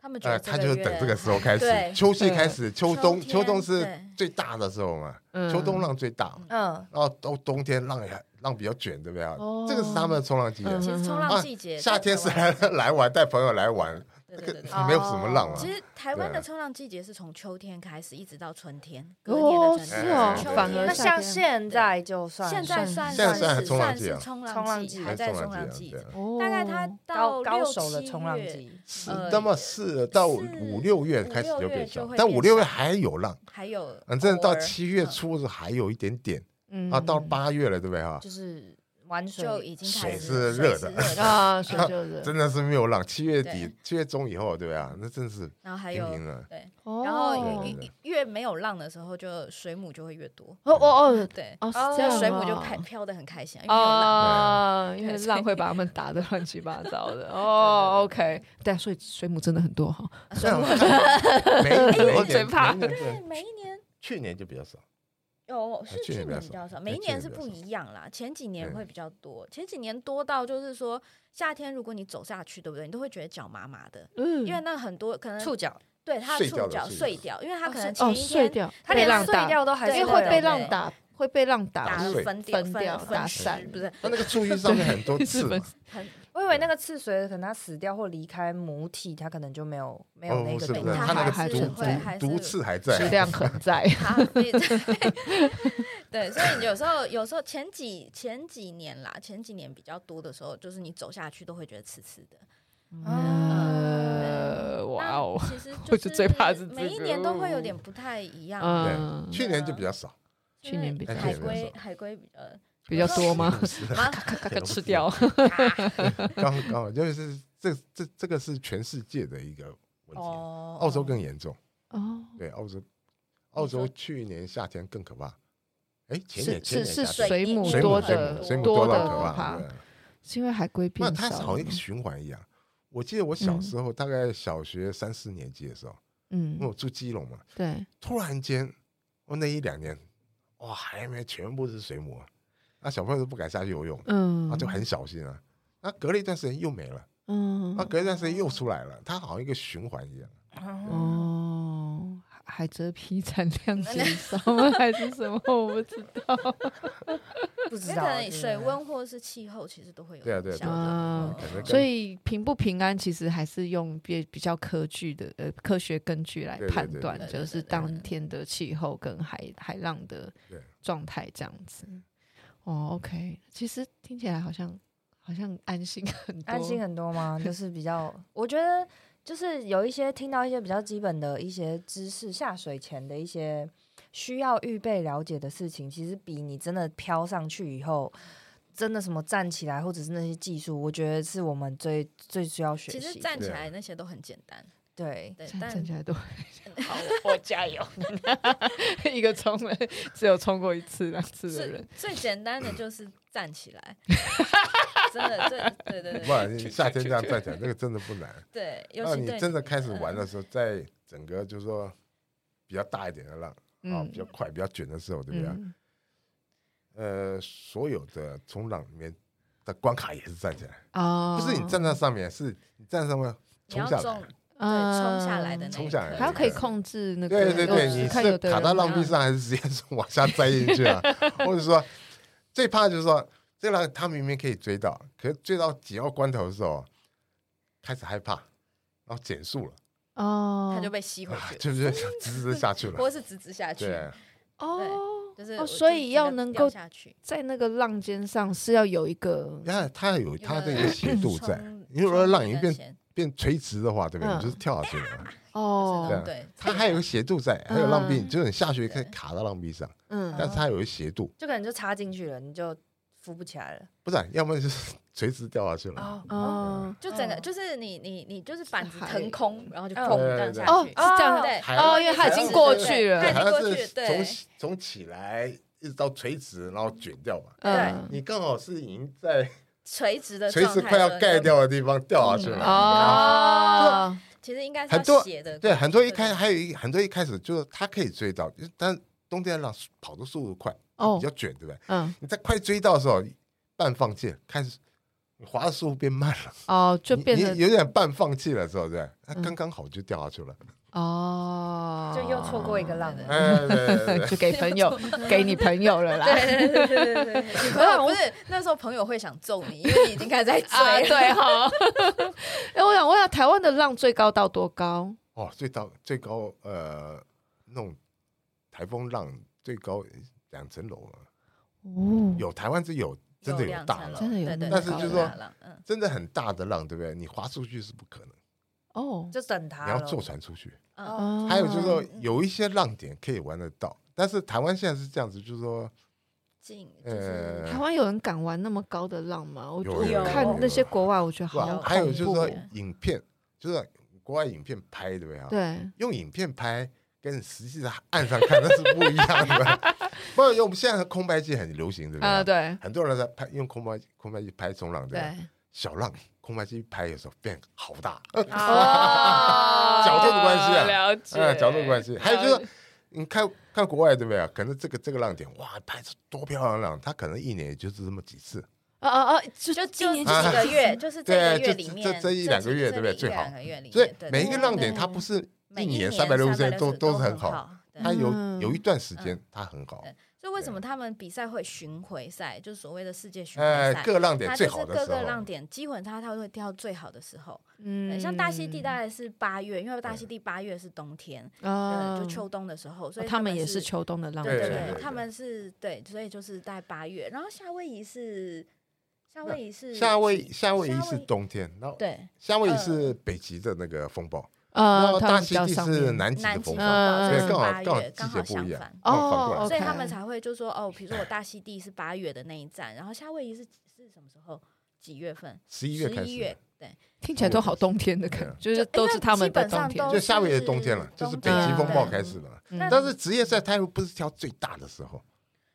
S4: 他们觉
S2: 呃，
S4: 得
S2: 他就是等这个时
S4: 候，
S2: 候开始，
S4: 对
S2: 秋季开始，秋冬
S4: 秋
S2: 秋冬
S4: 天
S2: 是
S4: 对
S2: 最大的时候嘛，
S1: 嗯
S2: (laughs) 秋冬浪最大，
S3: 嗯，
S2: 然后冬冬天浪也浪比较卷，对不对啊
S1: 哦？
S2: 这个是他们的冲浪季
S1: 嗯
S2: 节
S4: 其，实冲
S2: 啊
S4: 浪季节，
S2: 夏天是
S4: 在
S2: 来 (laughs)
S4: 台湾
S2: 来玩，带朋友来玩，那
S4: 对对
S2: 个
S4: 对对哦
S2: 没有什么浪嘛
S4: 其。实台湾
S2: 对啊
S4: 的冲浪季节是从秋天开始，一直到春天，隔年的
S1: 哦，
S4: 春
S1: 是
S4: 天
S1: 哦
S2: 哎
S4: 秋，
S1: 反
S4: 天
S1: 而
S3: 那
S1: 夏
S3: 像
S1: 天
S3: 现在就算
S4: 现在
S3: 算
S4: 算
S2: 现在算
S4: 是
S2: 冲浪
S4: 算
S2: 季
S4: 是
S2: 啊
S3: 冲
S4: 冲
S3: 浪
S4: 浪
S3: 季
S4: 季，
S2: 还
S4: 还
S2: 是
S4: 在
S2: 冲
S4: 冲
S2: 浪
S4: 浪
S2: 季
S4: 季
S2: 啊，对
S1: 哦
S4: 大概它
S3: 高
S4: 到
S3: 高
S4: 六
S3: 手的
S4: 七
S3: 冲浪
S4: 月
S3: 季，
S2: 是
S4: 呃
S2: 那么四到五
S4: 四
S2: 五六月开始就
S4: 五六月
S2: 变小
S4: 就，会
S2: 但
S4: 变
S2: 五六月
S4: 小
S2: 还有浪，
S4: 还有
S2: 嗯，真的到
S4: 偶尔
S2: 七月
S4: 嗯
S2: 初的时候还有一点点
S1: 嗯
S2: 啊，到八月了，对不对啊？
S3: 就是玩水
S4: 就已经开
S2: 水
S4: 始
S2: 是
S4: 水
S2: 热
S4: 是
S2: 的
S4: 热的，
S1: 啊，水
S2: (laughs)
S1: 就热
S2: 真的是没有浪，七月底
S4: 对、
S2: 七月中以后，对不对啊？那真是
S4: 然后还
S2: 平
S4: 有
S2: 平了。
S4: 对，
S1: 哦
S4: 然后
S2: 对
S4: 越
S2: 对对
S4: 越越没有浪的时候，就水母就会越多，
S1: 哦哦
S4: 对，
S1: 哦哦，
S3: 哦
S1: 是这样
S4: 水母就
S1: 啊
S4: 开飘的很开心，因为没有浪，
S1: 啊，因为
S4: 对所以
S1: 浪会把他们打的乱七八糟
S4: (laughs)
S1: 的。哦，OK，对，所以水母真的很多哈。
S4: 啊
S2: 没有每
S1: 我
S2: 每一
S1: 最
S2: 年，
S1: 怕
S2: 每一年哦
S4: 对，
S2: (laughs) 对
S4: 每一年。
S2: 去年就比较少，
S4: 有
S2: 啊
S4: 是
S2: 去
S4: 去
S2: 年比较
S4: 年
S2: 少
S4: 比较少，
S2: 对
S4: 每一
S2: 去
S4: 年
S2: 年
S4: 是
S2: 比较
S4: 不
S2: 少
S4: 一样啦。前几年
S2: 对
S4: 会比较多，前几年多到就是说夏天如果你走下去，对不对？你都会觉得脚麻麻的，
S1: 嗯
S4: 因为那很多可能
S3: 触角
S4: 对它的
S2: 碎掉
S4: 触
S2: 的
S4: 角
S2: 碎
S4: 碎
S2: 掉
S4: 掉，因为它
S3: 哦
S4: 可
S3: 碎
S4: 能
S1: 哦
S4: 前一
S1: 碎
S4: 天
S1: 掉，
S4: 它
S1: 被
S4: 连
S1: 浪
S4: 碎
S1: 打，
S3: 掉都还
S4: 对
S1: 因
S3: 是
S1: 为
S4: 都
S1: 会
S4: 有
S1: 被
S4: 的
S1: 浪打，会被浪
S4: 打
S1: 打
S4: 了
S2: 碎
S4: 分
S1: 分掉
S4: 掉
S1: 打
S4: 分
S1: 散
S4: 尸，不是
S2: 它那个触须上面很多
S1: 是
S2: 刺
S1: 不
S2: 嘛
S1: 是，
S4: 很
S3: 我以为那个刺随着可能它死掉或离开母体，它可能就没有没有
S2: 哦，
S3: 那
S2: 不
S3: 个
S2: 是
S3: 东
S2: 不
S3: 西
S2: 是，
S1: 它
S2: 它那
S1: 还
S2: 个
S1: 是
S2: 毒
S1: 会
S4: 还是
S2: 毒毒刺还
S1: 质
S2: 在，
S1: 量很
S4: (laughs)
S1: 在。
S4: 咖啡，对对，所以有时候有时候前几前几年啦，前几年比较多的时候，就是你走下去都会觉得刺刺的。
S1: 呃，嗯哇哦，
S4: 那其实
S1: (laughs) 我
S4: 就
S1: 就最怕是这
S4: 每一
S1: 个
S4: 年都会有点不太一样啊。
S1: 嗯
S2: 对，，去年就比较少，
S4: 因
S1: 去
S4: 为
S1: 年比较
S2: 哎
S4: 海
S2: 去年比较
S4: 龟
S2: 少
S4: 海龟比较
S1: 比较多吗？
S2: (laughs)
S4: 麻
S1: 咔咔咔吃掉。
S4: (laughs)
S2: 刚刚好就是这这这个是全世界的一个 (laughs) 问题，
S3: 哦
S2: 澳洲更严重，
S1: 哦，
S2: 对，澳洲澳洲去年夏天更可怕，哎，前
S1: 是
S2: 年前
S1: 是是
S2: 年夏天
S1: 水母
S2: 水
S1: 多
S2: 母水
S1: 的
S2: 母水母
S1: 多
S2: 到
S1: 的
S2: 可怕，
S1: 怕
S2: 对，
S1: 是因为海龟
S2: 那
S1: 变
S2: 它
S1: 少
S2: 是
S1: 了
S2: 好像一
S1: 吗
S2: 个循环一样。我记得我小
S1: 嗯
S2: 时候，大概小学三四年级的时候，因为
S1: 嗯
S2: 我，住基隆嘛，
S1: 对，
S2: 突然间，我那一两年，哇，海里面全部是水母啊，那小朋友都不敢下去游泳，
S1: 嗯，
S2: 他就很小心啊。那隔了一段时间又没了，啊
S1: 嗯
S2: 那隔一段时间又出来了，它好像一个循环一样。
S3: 嗯
S1: 哦，海海蜇皮产量 (laughs) 减少吗？还是什么？我不知
S2: (laughs)
S1: 道。
S3: 不
S4: 因
S3: 知
S4: 为可
S3: 道
S4: 能水温或是气候其实都会有
S2: 对啊
S4: 影
S2: 对啊
S4: 响
S2: 对
S4: 的。
S1: 啊
S4: 嗯
S2: 可能跟
S1: 所以平不平安，其实还是用比比较科据的呃科学根据来
S2: 对对
S1: 判
S2: 对
S1: 断
S4: 对，对
S1: 就是
S4: 对对
S1: 当天的气候跟海海浪的
S2: 对
S1: 状态这样子。哦，OK，其实听起来好像好像安心很多，
S3: 安心很多吗？就是比较，我觉得就是有一些听到一些比较基本的一些知识，下水前的一些需要预备了解的事情，其实比你真的飘上去以后，真的什么站起来或者是那些技术，我觉得是我们最最需要学
S4: 其
S3: 习的。
S4: 实站起
S2: 对啊
S4: 来那些都很简单，
S3: 对，
S4: 对，
S1: 站
S4: 但
S1: 站起来都好，我加油！ (laughs) 一个冲了，只有冲过一次、两次的
S4: 是
S1: 人，
S4: 最简单的就是站起来，真的，对对对
S2: 不
S4: 对
S2: 然夏天这样站起
S1: (laughs)
S2: 来，那个真的不难。
S4: 对，尤
S2: 那
S4: 其
S2: 你
S4: 对嗯
S2: 真的开始玩的时候，在整个就是说比较大一点的浪啊，
S1: 嗯
S2: 比较快、比较卷的时候，对不对啊？
S1: 嗯，
S2: 呃，所有的冲浪里面的关卡也是站起来，
S1: 哦，
S2: 不是你站在上面，是你站在上面
S4: 你要
S2: 冲下来嗯
S4: 重，对冲下来
S3: 嗯
S4: 的那一
S2: 冲下来
S4: 刻
S1: 还有可以
S2: 对
S1: 控制那个
S2: 对
S1: 流
S2: 对
S1: 速，
S2: 对，你
S1: 看有
S2: 是
S1: 的
S2: 卡
S1: 人
S2: 在浪
S1: 啊
S2: 壁上，还是直接是往下栽进去啊？或者说，最怕就是说，这浪他明明可以追到，可是追到紧要关头的时候，开始害怕，然后减速了，
S1: 哦，
S4: 它就被吸回
S2: 啊
S4: 去，
S2: 就不是直直下
S4: (laughs)
S2: 去了？
S4: 或是直直下去，
S2: 对，
S1: 哦，
S4: 就是
S1: 哦
S4: 我
S1: 所
S4: 就
S1: 以
S4: 整
S1: 要
S4: 个
S1: 能
S4: 掉
S1: 够
S4: 下去，
S1: 在那个浪尖上是要有一个
S2: 然后它有它的一个斜度在
S4: 冲，
S2: 因为如果浪已经
S4: 冲
S2: 变
S4: 那个
S2: 变垂直的话，对不对？
S1: 嗯
S2: 你就是跳下去了。
S1: 哦
S2: 对啊
S4: 前对，
S2: 它还有个斜度在，还有浪壁，就是你下去可以
S4: 对
S2: 卡在浪壁上，
S1: 嗯
S2: 但是它有一斜度，
S3: 就可能就插进去了，你就扶不起来了。
S2: 不然要么就是 (laughs) 垂直掉下去了。
S3: 哦
S1: 哦
S4: 就整个
S3: 嗯
S4: 就是你你你就是板子
S1: 海
S4: 腾空，然后就
S3: 嗯
S4: 砰
S2: 对
S4: 这
S2: 对
S4: 样下
S1: 哦，
S4: 去
S1: 是，这样
S4: 对
S2: 海
S1: 哦，因为它已经过去
S4: 它
S2: 对，
S4: 已
S1: 了，
S4: 经
S2: 好像
S4: 过去
S2: 是
S4: 对
S2: 从起从起来一直到垂直，然后卷掉嘛。
S1: 嗯，
S2: 你刚好是已经在
S4: 垂直的
S2: 垂
S4: 状
S2: 直
S4: 态
S2: 快要
S4: 的
S2: 盖
S4: 那种。
S2: 掉的地方掉下
S1: 嗯
S2: 去了。
S1: 哦，
S4: 其实应该是
S2: 很
S4: 要
S2: 多
S4: 斜的，
S2: 对，很多一开还有一很多一开始就是他可以追到，就是但冬天浪跑的速度快，
S1: 哦
S2: 比较卷，对不对？
S1: 嗯，
S2: 你在快追到的时候，半放弃，开始你滑的速度变慢了，
S1: 哦，就
S2: 你
S1: 变
S2: 你
S1: 成
S2: 有点半放弃了，是不是？他
S1: 嗯
S2: 刚刚好就掉下去了，
S1: 哦，
S3: 就又错过一个
S1: 嗯
S3: 浪了。
S2: 哎，对对对对
S1: (laughs) 就给朋
S4: (laughs)
S1: 友，给你朋友了啦。
S4: 对对对对对对，女朋友不是那时候朋友会想揍你，因为你已经开始在追
S1: (laughs) 啊，
S4: 了。
S1: 对哈。哎，我想问一下，台湾的浪最高到多高？
S2: 哦，最高最高呃，那种台风浪最高两层楼了，
S1: 哦，
S2: 有台湾是有真的有
S4: 两
S2: 大
S4: 层楼
S2: 浪
S1: 真，的有
S4: 对对
S1: 那么
S2: 高
S4: 对
S2: 但是就是
S4: 有
S2: 说
S4: 大浪嗯，
S2: 真的很大的浪，对不对？你滑出去是不可能，
S1: 哦，
S3: 就等他
S2: 你
S3: 了。
S2: 要坐船出去。
S4: 嗯
S1: 哦
S2: 还有就是说
S4: 嗯，嗯
S2: 有一些浪点可以玩得到，但是台湾现在是这样子，就是说，
S4: 近
S2: 呃
S4: 就是
S1: 台湾有人敢玩那么高的浪吗？我
S2: 嗯有
S1: 我
S4: 有
S1: 看
S4: 有
S1: 那些国外，我觉得好恐
S2: 哇，
S1: 怖。
S2: 还有就是说
S4: 哦
S2: 影片，就是国外影片拍，对不对啊？
S1: 对，
S2: 用影片拍跟实际在岸上看那是不一样
S4: (laughs)
S2: 的。不然我们现在的空拍机很流行，对不对啊？
S1: 啊，
S4: 呃
S1: 对
S2: 很多人在拍用空拍空拍机拍冲浪，对不啊对
S1: 对。
S2: 小浪空拍机拍的时候变好大，
S1: 哦
S2: (laughs) 角度的关系啊
S1: 了解，
S2: 哎，角度关系。还有就
S1: 了
S2: 是，你看看国外对不对啊？可能这个这个浪点，哇，拍出多漂亮的浪，它可能一年也就是这么几次，
S1: 哦哦哦，就
S4: 就
S1: 今年
S4: 近
S1: 就
S4: 几
S1: 是
S2: 啊
S4: 个月，就是这
S2: 对
S4: 个月
S2: 就
S4: 里
S2: 这
S4: 面，
S2: 这这一两个月
S4: 这
S2: 对不对
S4: 这
S2: 最好
S4: 两个月里面，
S2: 所以
S4: 对
S2: 每一
S4: 对
S2: 个
S4: 对
S2: 浪
S4: 对
S2: 点它不是
S4: 每
S2: 年
S4: 三
S2: 百六
S4: 十
S2: 天都
S4: 都
S2: 是很
S4: 好
S2: 好，哎
S4: 对嗯
S2: 它有
S1: 嗯
S2: 有一段时间它很好，
S4: 对所以为什么他们比赛会巡回赛，就是所谓的世界巡回
S2: 哎，
S4: 赛？
S2: 各浪点
S4: 它
S2: 最
S4: 就
S2: 好
S4: 是
S2: 的
S4: 各
S2: 时
S4: 个浪
S2: 候，
S4: 点，基本它它会挑最好的时候。对
S1: 嗯
S4: 像大溪地大概是八月，因为大溪地八月是冬天，
S1: 啊
S4: 嗯，就秋冬的时候，所以
S1: 哦他们也
S4: 是
S1: 是。秋冬的浪
S4: 对
S2: 对
S4: 对
S2: 对
S4: 对，
S2: 对
S4: 他们是对，所以就是在八月。然后夏威夷是夏威夷是
S2: 夏威夏威夷
S4: 夏
S2: 是冬天，然后
S4: 对
S2: 夏威夷
S4: 呃
S2: 是北极的那个风暴，然
S1: 啊，
S2: 后
S1: 他
S2: 大
S1: 们
S2: 溪
S1: 比较
S2: 地
S1: 上
S2: 是
S1: 面
S2: 南极
S4: 南
S2: 的
S4: 极
S2: 风
S4: 风
S2: 暴，
S1: 暴
S4: 暴，
S1: 这
S2: 对，
S1: 是
S2: 刚
S4: 八
S2: 好刚好
S4: 月
S2: 季
S4: 刚
S2: 节
S4: 好
S2: 不
S4: 相
S2: 一样
S4: 反，，
S2: 刚好反过
S1: 哦
S2: 来。
S4: 所以
S1: OK
S4: 他们才会就说哦，比如说我大溪地是八月的那一站，然后夏威夷是是什么时候？几月份？
S2: 十一月开
S4: 十
S2: 始
S4: 一月
S2: 的，
S4: 对，
S1: 听起来都好冬天的
S2: 啊
S1: 感觉，就
S4: 就是
S1: 都
S4: 因
S1: 是
S4: 为
S1: 他们
S4: 基
S1: 的
S4: 本
S1: 冬
S4: 上
S1: 天
S4: 都。
S2: 就夏威夷的冬天了，就是北极风暴
S1: 对
S2: 开始了。
S1: 嗯
S4: 那
S2: 但是职业赛它又不是挑最大的时候，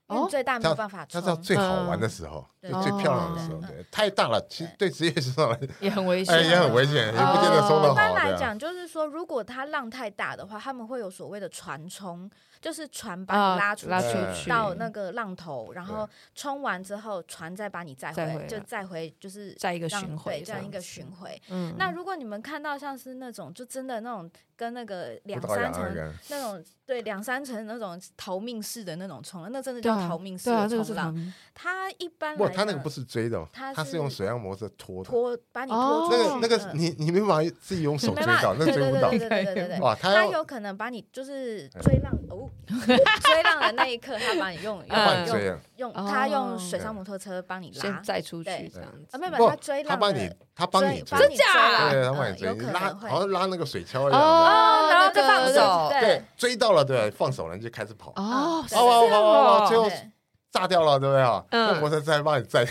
S4: 因
S1: 哦
S4: 为你最大没有办法
S2: 它
S4: 冲
S2: 是，要最好玩的时候，
S4: 嗯
S2: 就最漂亮的时候。
S4: 对
S2: 对，太大了，其实对职业选手来说，
S1: 也很危险
S2: 哎，，也很危险，也不见得收
S4: 哦一
S2: 得
S4: 般
S2: 好
S4: 来
S2: 的。
S4: 讲，就是说，如果它浪太大的话，他们会有所谓的船冲，就是船把
S1: 啊，
S4: 你拉出
S1: 拉
S4: 去
S1: 出
S2: 呃
S1: 去
S4: 到那个浪头，然后冲完之后，船再把你载
S1: 再回
S4: 回，
S1: 来
S4: 就载回，就是
S1: 再一个
S4: 让
S1: 巡回
S4: 对这样一个
S1: 子
S4: 巡回。
S1: 嗯
S4: 那如果你们看到像是那种就真的那种跟那个两
S2: 葡萄牙
S4: 三
S2: 那
S4: 层
S2: 个，
S4: 那种对两三层那种逃命式的那种冲浪，那真的
S1: 对
S4: 叫
S1: 啊
S4: 逃命式
S1: 对啊，
S4: 的
S1: 这个是
S4: 冲
S1: 他
S4: 浪。
S1: 们
S4: 它一般
S2: 不，
S4: 来
S2: 它那个
S4: 讲
S2: 不是追的哦，
S4: 它是
S2: 它是用水上摩托车拖的。
S4: 拖把你拖
S1: 哦
S2: 那
S4: 出去
S2: 个那个，
S4: 嗯
S2: 你你没办法自己用手
S4: 没
S2: 追
S4: 办法
S2: 到，那
S4: 对
S2: 追
S4: 对
S2: 不
S4: 对
S2: 到
S4: 对。对对对对
S2: 哇，它
S4: 他
S2: 要哎
S4: 有可能把你就是追浪哦， (laughs) 追浪的那一刻，他把你用
S2: 它把你
S1: 嗯
S2: 追啊
S4: 用
S2: 了，
S4: 用
S1: 哦
S4: 他用水上摩托车帮你
S1: 先
S4: 拉，
S1: 载出去
S4: 对
S1: 这样子
S4: 啊，没有没
S2: 不
S4: 有，他追
S2: 它
S4: 浪
S2: 帮
S4: 的
S2: 你
S4: 追，
S2: 它帮你追
S4: 帮，你
S1: 真假
S2: 对，它帮
S4: 嗯
S2: 你追，
S4: 有
S2: 你
S4: 可
S2: 拉
S4: 能会
S2: 好像拉那个水橇一样的。
S1: 哦，
S4: 哦，然后
S1: 那
S4: 再放
S1: 个
S3: 手
S2: 对
S4: 对，，
S2: 追到了，对，放手了你就开始跑，
S1: 哦，是
S4: 对
S2: 哇哇
S1: 这样
S2: 哇哇
S1: 哦
S2: 哇，最后
S4: 对
S2: 炸掉了，对不对啊？
S1: 嗯
S2: 那摩托车再帮你
S4: (laughs)
S2: 再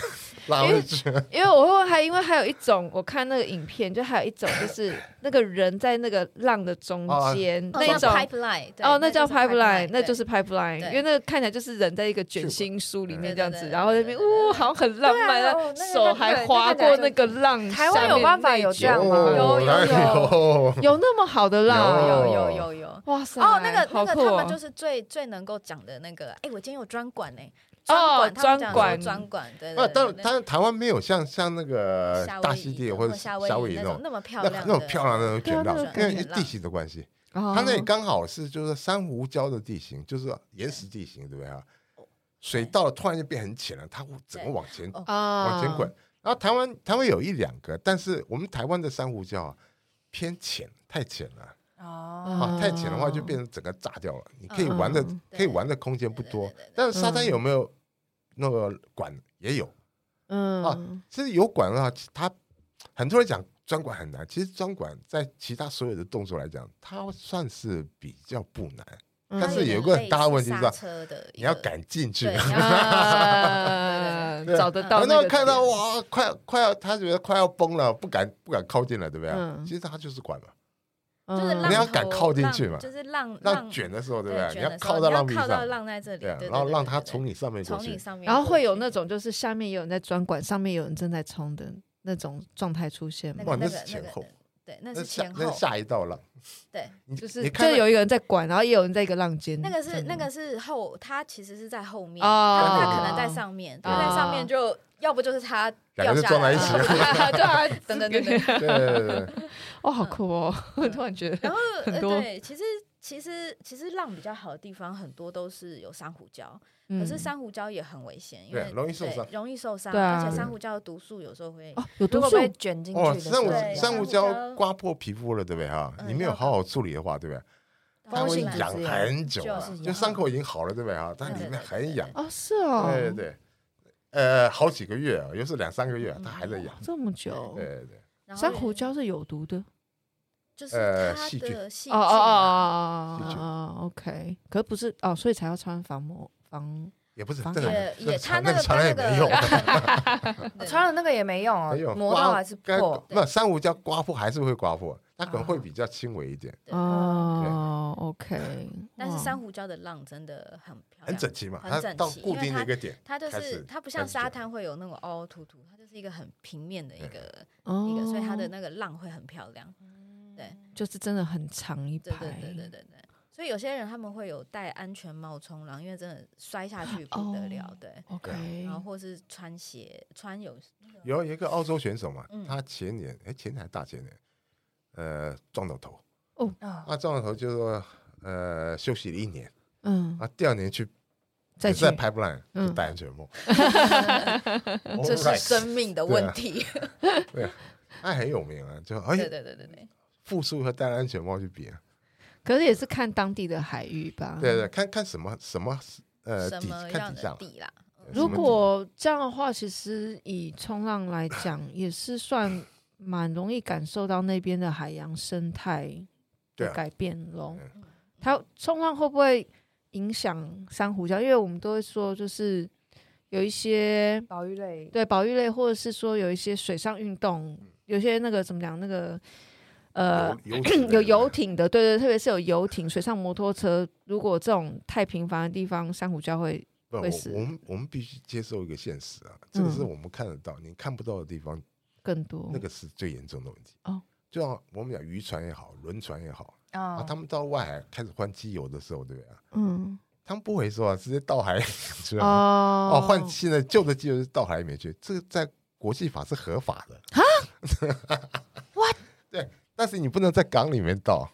S2: 拉回去。
S4: 哎
S1: 因为我会问还因为还有一种，我看那个影片，就还有一种 (laughs) 就是那个人在那个浪的中间、
S4: 哦
S1: 那种。
S4: pipeline，对
S1: 哦，那叫
S4: 是
S1: pipeline，那
S4: 对
S2: 哦
S1: 就是 pipeline，
S4: 对
S1: 因为那个看起来就是人在一个卷
S2: 是吧
S1: 心书里面
S4: 对
S1: 这样
S4: 对
S1: 子，
S4: 对
S1: 然后那边
S4: 对对
S1: 呜，
S4: 对
S1: 好像很浪漫，
S3: 对啊
S1: 然后
S3: 哦那个
S1: 手
S3: 看
S1: 还
S3: 对
S1: 划
S3: 看起来
S1: 过
S3: 就
S1: 那个浪。
S3: 台湾有办法有这样吗
S2: 有
S1: 哦
S3: 有有
S2: 哦
S1: (laughs)
S2: 有 (laughs)
S1: 有那么好的浪？
S2: 有
S4: 有有有有。
S1: 哇塞！
S4: 啊哦，那个
S1: 好
S4: 那个
S1: 酷
S4: 他们
S1: 哦
S4: 就！是最最能够讲的那个，哎，我今天有专管呢，专
S1: 哦
S4: 管，他们
S1: 专
S4: 讲说
S1: 管
S4: 专管，对
S2: 那
S4: 对
S2: 当然，
S4: 对
S2: 当然台湾没有像像那个
S4: 夏
S2: 呃
S4: 威夷
S2: 大溪地或者
S4: 夏
S2: 威夷
S4: 那
S2: 那
S4: 种
S2: 种
S4: 那么漂
S2: 那
S4: 亮的，
S2: 那种漂亮的那种
S1: 对啊
S2: 卷浪
S1: 那，种
S2: 因为
S4: 卷浪
S2: 地形的关系，
S1: 哦
S2: 它那里刚好是就是珊瑚礁的地形，就是岩石地形，对不对啊？水到了突然就变很浅了，它会整个往前
S4: 哦
S1: 啊
S2: 往前滚。然后台湾台湾有一两个，但是我们台湾的珊瑚礁啊偏浅，太浅了
S3: 哦，
S2: 啊，
S1: 哦
S2: 太浅的话就变成整个炸掉了。你可以
S1: 嗯
S2: 玩的
S1: 嗯
S2: 可以
S4: 对
S2: 玩的空间不
S4: 对对
S2: 多
S4: 对对对，
S2: 但是沙滩有没有那个管也有，
S1: 嗯
S2: 其实油管的话，其它很多人讲专管很难，其实专管在其他所有的动作来讲，它算是比较不难。
S1: 嗯
S2: 但是有个很大的问题是吧
S4: 刹车的一个，
S2: 你要赶进去
S4: 对，，
S2: (laughs)
S4: 你要
S1: 啊
S2: 对
S1: 找得到
S2: 然
S1: 那
S2: 后
S1: 个
S2: 看到
S1: 点
S2: 哇，快快要他觉得快要崩了，不敢不敢靠近了，对不对？
S1: 嗯
S2: 其实他就是管嘛，
S4: 就是
S1: 嗯
S4: 浪
S2: 你要敢
S4: 头
S2: 靠近
S4: 浪
S2: 去嘛
S4: 就是浪
S2: 浪卷的时候，对不对？
S4: 卷
S2: 要
S4: 的时候
S2: 靠
S4: 你
S2: 到
S4: 要
S2: 浪壁
S4: 靠到
S2: 上，
S4: 浪在这里，
S2: 对啊，
S4: 对
S2: 然后让它
S4: 对对
S2: 从你上面过
S4: 从你
S2: 去。
S4: 上面过去，
S1: 然后会有那种就是下面有人在专管，上面有人正在冲的那种状态出现
S4: 那
S1: 吗？
S4: 个
S2: 哇，那
S4: 那
S2: 是
S4: 个
S2: 前
S4: 那个
S2: 后，
S4: 对，那
S2: 那
S4: 是
S2: 下
S4: 前
S2: 那
S4: 后，
S2: 下一道浪，
S4: 对，
S2: 你
S1: 就是
S2: 你
S1: 就
S2: 看
S1: 有一个人在管，然后也有人在一个浪尖。
S4: 那个是
S2: 嗯
S1: 这样
S4: 那
S1: 吗
S4: 个是后，他其实是在后面，
S1: 哦
S4: 他他可能在上面，
S2: 对
S4: 他在上面就要不就是他
S2: (laughs) 两个
S4: 掉
S2: 就
S4: 下
S2: 撞在
S4: 来
S2: 一
S4: 了
S2: 起，
S4: (laughs)
S1: (laughs) 对啊，
S4: 等等等
S1: (laughs)
S4: 等，
S2: 对对对对对。
S1: 哦，好酷哦！(laughs)
S2: 嗯
S1: 我突然觉得
S4: (laughs) 然后
S1: 很
S4: 呃
S1: 多
S4: 对，其实其实其实浪比较好的地方很多都是有珊瑚礁，
S1: 嗯
S4: 可是珊瑚礁也很危险，因
S2: 对
S4: 为
S2: 容易受
S4: 对
S2: 伤
S4: 容易受伤，
S1: 对啊
S4: 而且珊瑚礁的毒素有时候会
S1: 嗯哦，有
S3: 如
S1: 毒
S3: 果
S1: 素
S3: 被卷进去
S2: 哦，
S3: 的时
S2: 珊
S3: 候，
S2: 瑚珊
S4: 对
S2: 瑚
S4: 珊瑚
S2: 礁
S4: 礁
S2: 刮破皮肤了，对不对哈？
S4: 嗯
S2: 你没有好好处理的话，对不对？它
S3: 风
S2: 会
S3: 险
S4: 导致
S2: 痒
S3: 指标
S2: 很久啊
S3: 就是，
S2: 就
S3: 痒
S2: 伤口已经好了，对不对哈？但
S4: 对
S2: 里
S4: 对
S2: 面
S4: 对
S2: 很痒，
S1: 哦，是哦，
S2: 对对对，呃，好几个月啊，有时两三个月啊，它还在
S4: 嗯
S2: 痒。
S1: 这么久
S2: 对，对对，
S4: 然后
S1: 珊瑚礁是有毒的
S4: 就是
S2: 呃
S4: 它
S2: 细菌
S4: 的细
S1: 哦哦
S4: 啊
S1: 哦哦
S2: 细
S1: 哦
S2: 菌
S1: 哦，OK，可不是哦，所以才要穿防膜防
S2: 也不是
S1: 防
S2: 这个
S4: 也
S2: 那
S4: 也
S2: 个
S4: 它
S2: 传
S4: 那
S2: 那
S4: 个呃
S2: 个传染也没 (laughs) 用，
S3: 我
S1: (laughs)
S4: (laughs) 对
S3: 穿了那个也没用
S2: 没有
S3: 哦，磨到还是
S2: 该
S3: 破。
S2: 那珊瑚礁刮破还是会刮破，它可能
S4: 啊
S2: 会比较轻微一点，
S4: 对
S1: 哦，OK，哦
S4: 但是
S1: 哇
S4: 珊瑚礁的浪真的很漂亮，
S2: 很整齐嘛，
S4: 很
S2: 它
S4: 整
S2: 到
S4: 齐
S2: 固
S4: 因为
S2: 定的
S4: 它
S2: 一个点。
S4: 它就
S2: 开
S4: 是
S2: 始
S4: 它不像
S2: 开始卷嗯
S4: 沙滩会有那种凹凹凸凸，它就是一个很平面的一个
S1: 哦
S4: 一个，所以它的那个浪会很漂亮。
S1: 就是真的很长一
S4: 对对
S1: 排，
S4: 对对对对。所以有些人他们会有戴安全帽冲浪，因为真的摔下
S1: (laughs)
S4: 去不得了，
S1: 哦
S4: 对。
S1: ，OK，
S4: 然后或是穿鞋
S1: (laughs)
S2: (laughs)
S4: 穿有
S2: 有有一个澳洲选手嘛
S4: 嗯，
S2: 他前年哎前年还大前年，呃撞到头，
S3: 啊
S2: 啊撞到头就说呃休息了一年，
S1: 嗯，
S2: 啊第二年去
S1: 再
S2: 也
S1: 去
S2: 是在 pipeline
S1: 嗯
S2: 就戴安全帽，
S4: (laughs)
S2: 哦
S4: 这是
S2: Alright
S4: 生命的
S2: 啊
S4: 问题。
S2: 他很有名啊，就
S4: 对
S2: 哎
S4: 对对对对，
S2: 复数和戴安全帽去比啊，
S1: 可是也是看当地的海域吧，
S2: 对对，看看什么什么呃
S4: 啊什
S2: 底
S4: 么
S2: 看
S4: 样
S2: 底下
S4: 的
S2: 嘛，
S4: 地啦？
S2: 对什
S1: 如
S2: 么底
S1: 果这样的话，其实以冲浪来讲，也是算蛮容易感受到那边的海洋生态
S2: 对
S1: 的
S2: 啊
S1: 改变咯。
S2: 嗯
S1: 它冲浪会不会影响珊瑚礁？因为我们都会说，就是有一些
S3: 保育类
S1: 对保育类，或者是说有一些水上运动，有些那个怎么讲那个。呃，
S2: 游游艇
S1: 有游
S2: 的
S1: 艇的，对对，特别是有游艇、水上摩托车，如果这种太频繁的地方，珊瑚礁会
S2: 不，我
S1: 会死
S2: 我们我们必须接受一个现实啊，这个是
S1: 嗯
S2: 我们看得到，你看不到的地方，
S1: 更多。
S2: 那个是最严重的问题。
S1: 哦，
S2: 就像我们讲渔船也好，轮船也好啊，
S3: 啊
S2: 他，们到外海开始换机油的时候，对不对啊？
S1: 嗯，
S2: 他们不回收啊，直接倒海里去了。
S1: 哦
S2: 哦，换新的旧的机油就倒海里面去，这个在国际法是合法的啊。
S1: What？
S2: (laughs) 对，但是你不能在港里面倒，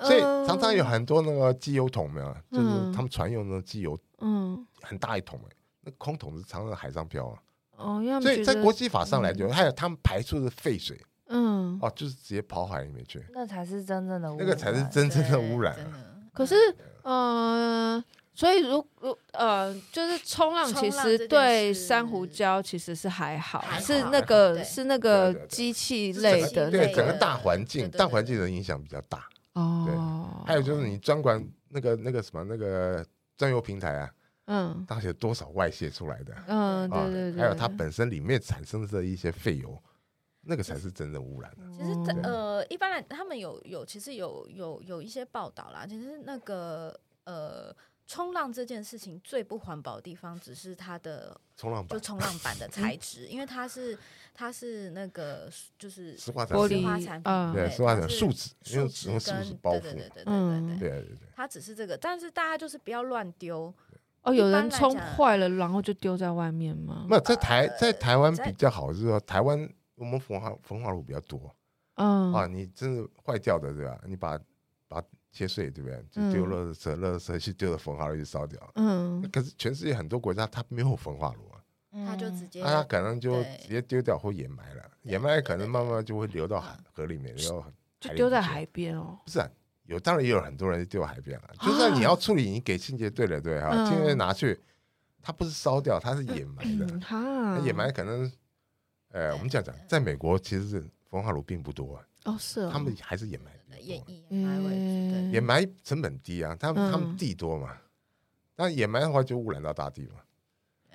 S2: 所以常常有
S1: 嗯
S2: 很多那个机油桶没有，啊就是
S1: 嗯
S2: 他们船用的机油
S1: 嗯
S2: 很大一桶哎、那空桶是常常在海上漂啊。
S1: 哦，因为他们
S2: 所以
S1: 觉
S2: 在
S1: 得
S2: 国际法上来讲，还有他们排出的废水
S1: 嗯，
S2: 哦，就是直接跑海里面去，
S3: 那才是真正的污
S2: 那个才是
S3: 染
S2: 真正的
S4: 对
S2: 污染
S4: 真
S2: 啊。
S4: 的
S1: 可是呃，所以如如呃，就是冲浪其
S4: 冲浪
S1: 实
S4: 这件
S1: 对
S4: 事
S1: 珊瑚礁其实是还好，
S4: 还
S1: 是
S4: 好
S1: 那个
S4: 对
S1: 是那个
S2: 对对对
S1: 机器
S4: 是整
S1: 类
S4: 个
S1: 的
S4: 对
S1: 那
S2: 对
S4: 类
S2: 整个
S4: 的
S2: 大环境，
S4: 对对
S2: 大
S4: 对
S2: 环境的影响比较大。
S1: 哦，
S2: 还有就是你专管那个那个什么那个专油平台啊，
S1: 嗯
S2: 它有多少外泄出来的
S1: 嗯，
S2: 啊
S1: 对对？对，
S2: 还有它本身里面产生的一些废油，那个才是真正污染的。
S4: 其实它
S1: 哦
S4: 呃，一般来他们有有其实有有有一些报道啦，其实那个呃。冲浪这件事情最不环保的地方，只是它的
S2: 冲浪
S4: 就
S2: 板、
S4: 冲浪板的材质，因为它是它是那个就是
S2: 石化产
S1: 玻
S4: 石
S1: 璃
S4: 化产品
S1: 嗯
S2: 对
S4: 对
S2: 石化
S4: 它
S2: 产
S4: 是
S2: 树脂，因
S4: 树
S2: 为
S4: 脂
S2: 用
S4: 跟
S2: 树脂包
S4: 对对
S2: 覆。
S4: 对对对对
S1: 嗯
S4: 对
S2: 对对对，
S4: 它只是这个，但是大家就是不要乱丢，
S1: 哦，
S4: 一
S1: 有
S4: 般
S1: 人
S4: 来
S1: 冲
S4: 讲
S1: 坏了，然后就丢在外面吗？
S2: 那在台在台湾
S4: 在
S2: 比较好，是说台湾我们焚化焚化炉比较多
S1: 嗯
S2: 啊，你真的坏掉的对吧？你把把它切碎对不对？就丢
S1: 嗯
S2: 垃圾，垃圾去丢到焚化炉去烧掉。
S1: 嗯
S2: 可是全世界很多国家它没有焚化炉啊，
S3: 嗯
S4: 他就直接
S2: 那它可能就
S4: 对
S2: 直接丢掉或掩埋了，掩埋可能慢慢就会
S1: 嗯
S2: 流到海河里面，然后
S1: 就丢在海边哦。
S2: 不是、啊，有当然也有很多人丢海边了、就算你要处理，你给清洁队了，对哈、
S1: 啊嗯
S2: 清洁队拿去，它不是烧掉，它是掩埋
S1: (clears throat)
S2: 的。
S1: 嗯哈
S2: 那，掩埋可能，呃，我们这样讲，在美国其实是焚化炉并不多、啊，
S1: 哦是哦，
S2: 他们还是掩埋比较多
S4: 演绎
S1: 嗯
S4: 来为主，对，
S2: 掩埋成本低啊，他们、他们
S1: 嗯
S2: 地多嘛，但掩埋的话就污染到大地嘛。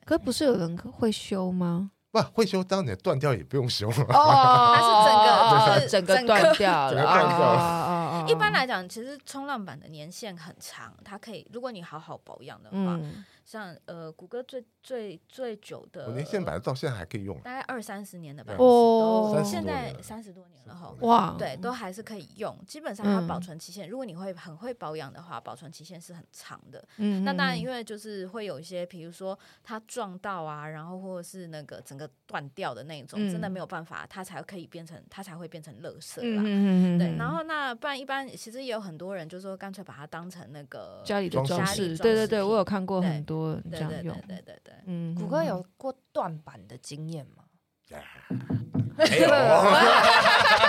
S1: 可不是有人会修
S2: (laughs)
S1: 吗？
S2: 不会修，当然断掉也不用修啊了。
S4: 哦
S1: 哦整个整
S4: 它是整个就是整个
S1: 断掉
S2: 整
S1: 了
S2: 个断掉了
S1: 啊！
S4: 一般来讲，其实冲浪板的年限很长，它可以，如果你好好保养的话，
S1: 嗯
S4: 像呃谷歌最最最久的，呃
S2: 我年限版到现在还可以用啊，
S4: 大概二三十年的板子
S1: 哦
S4: 都，
S2: 30
S4: 现
S2: 多
S4: 在
S2: 年了
S4: 三十多年了哈。
S1: 哇，
S4: 对，都还是可以用。基本上它
S1: 嗯
S4: 保存期限，如果你会很会保养的话，保存期限是很长的。
S1: 嗯，嗯
S4: 那当然，因为就是会有一些，比如说它撞到啊，然后或者是那个整个断掉的那种，真的
S1: 嗯
S4: 没有办法，它才可以变成，它才会变成垃圾
S1: 嗯
S4: 啦。
S1: 嗯嗯嗯
S4: 对，
S1: 嗯
S4: 然后那不然一般其实也有很多人就说干脆把它当成那个
S1: 家里的
S2: 装
S1: 装饰，
S2: 饰
S4: 家里
S1: 对
S4: 装
S1: 对
S4: 饰
S1: 对，
S4: 品
S1: 我有看过很
S4: 对
S1: 多人这
S4: 对
S1: 样
S4: 对对
S1: 用，
S4: 对对对。哦
S1: 嗯，
S3: 谷歌有过断版的经验吗？ (laughs)
S2: 没有啊，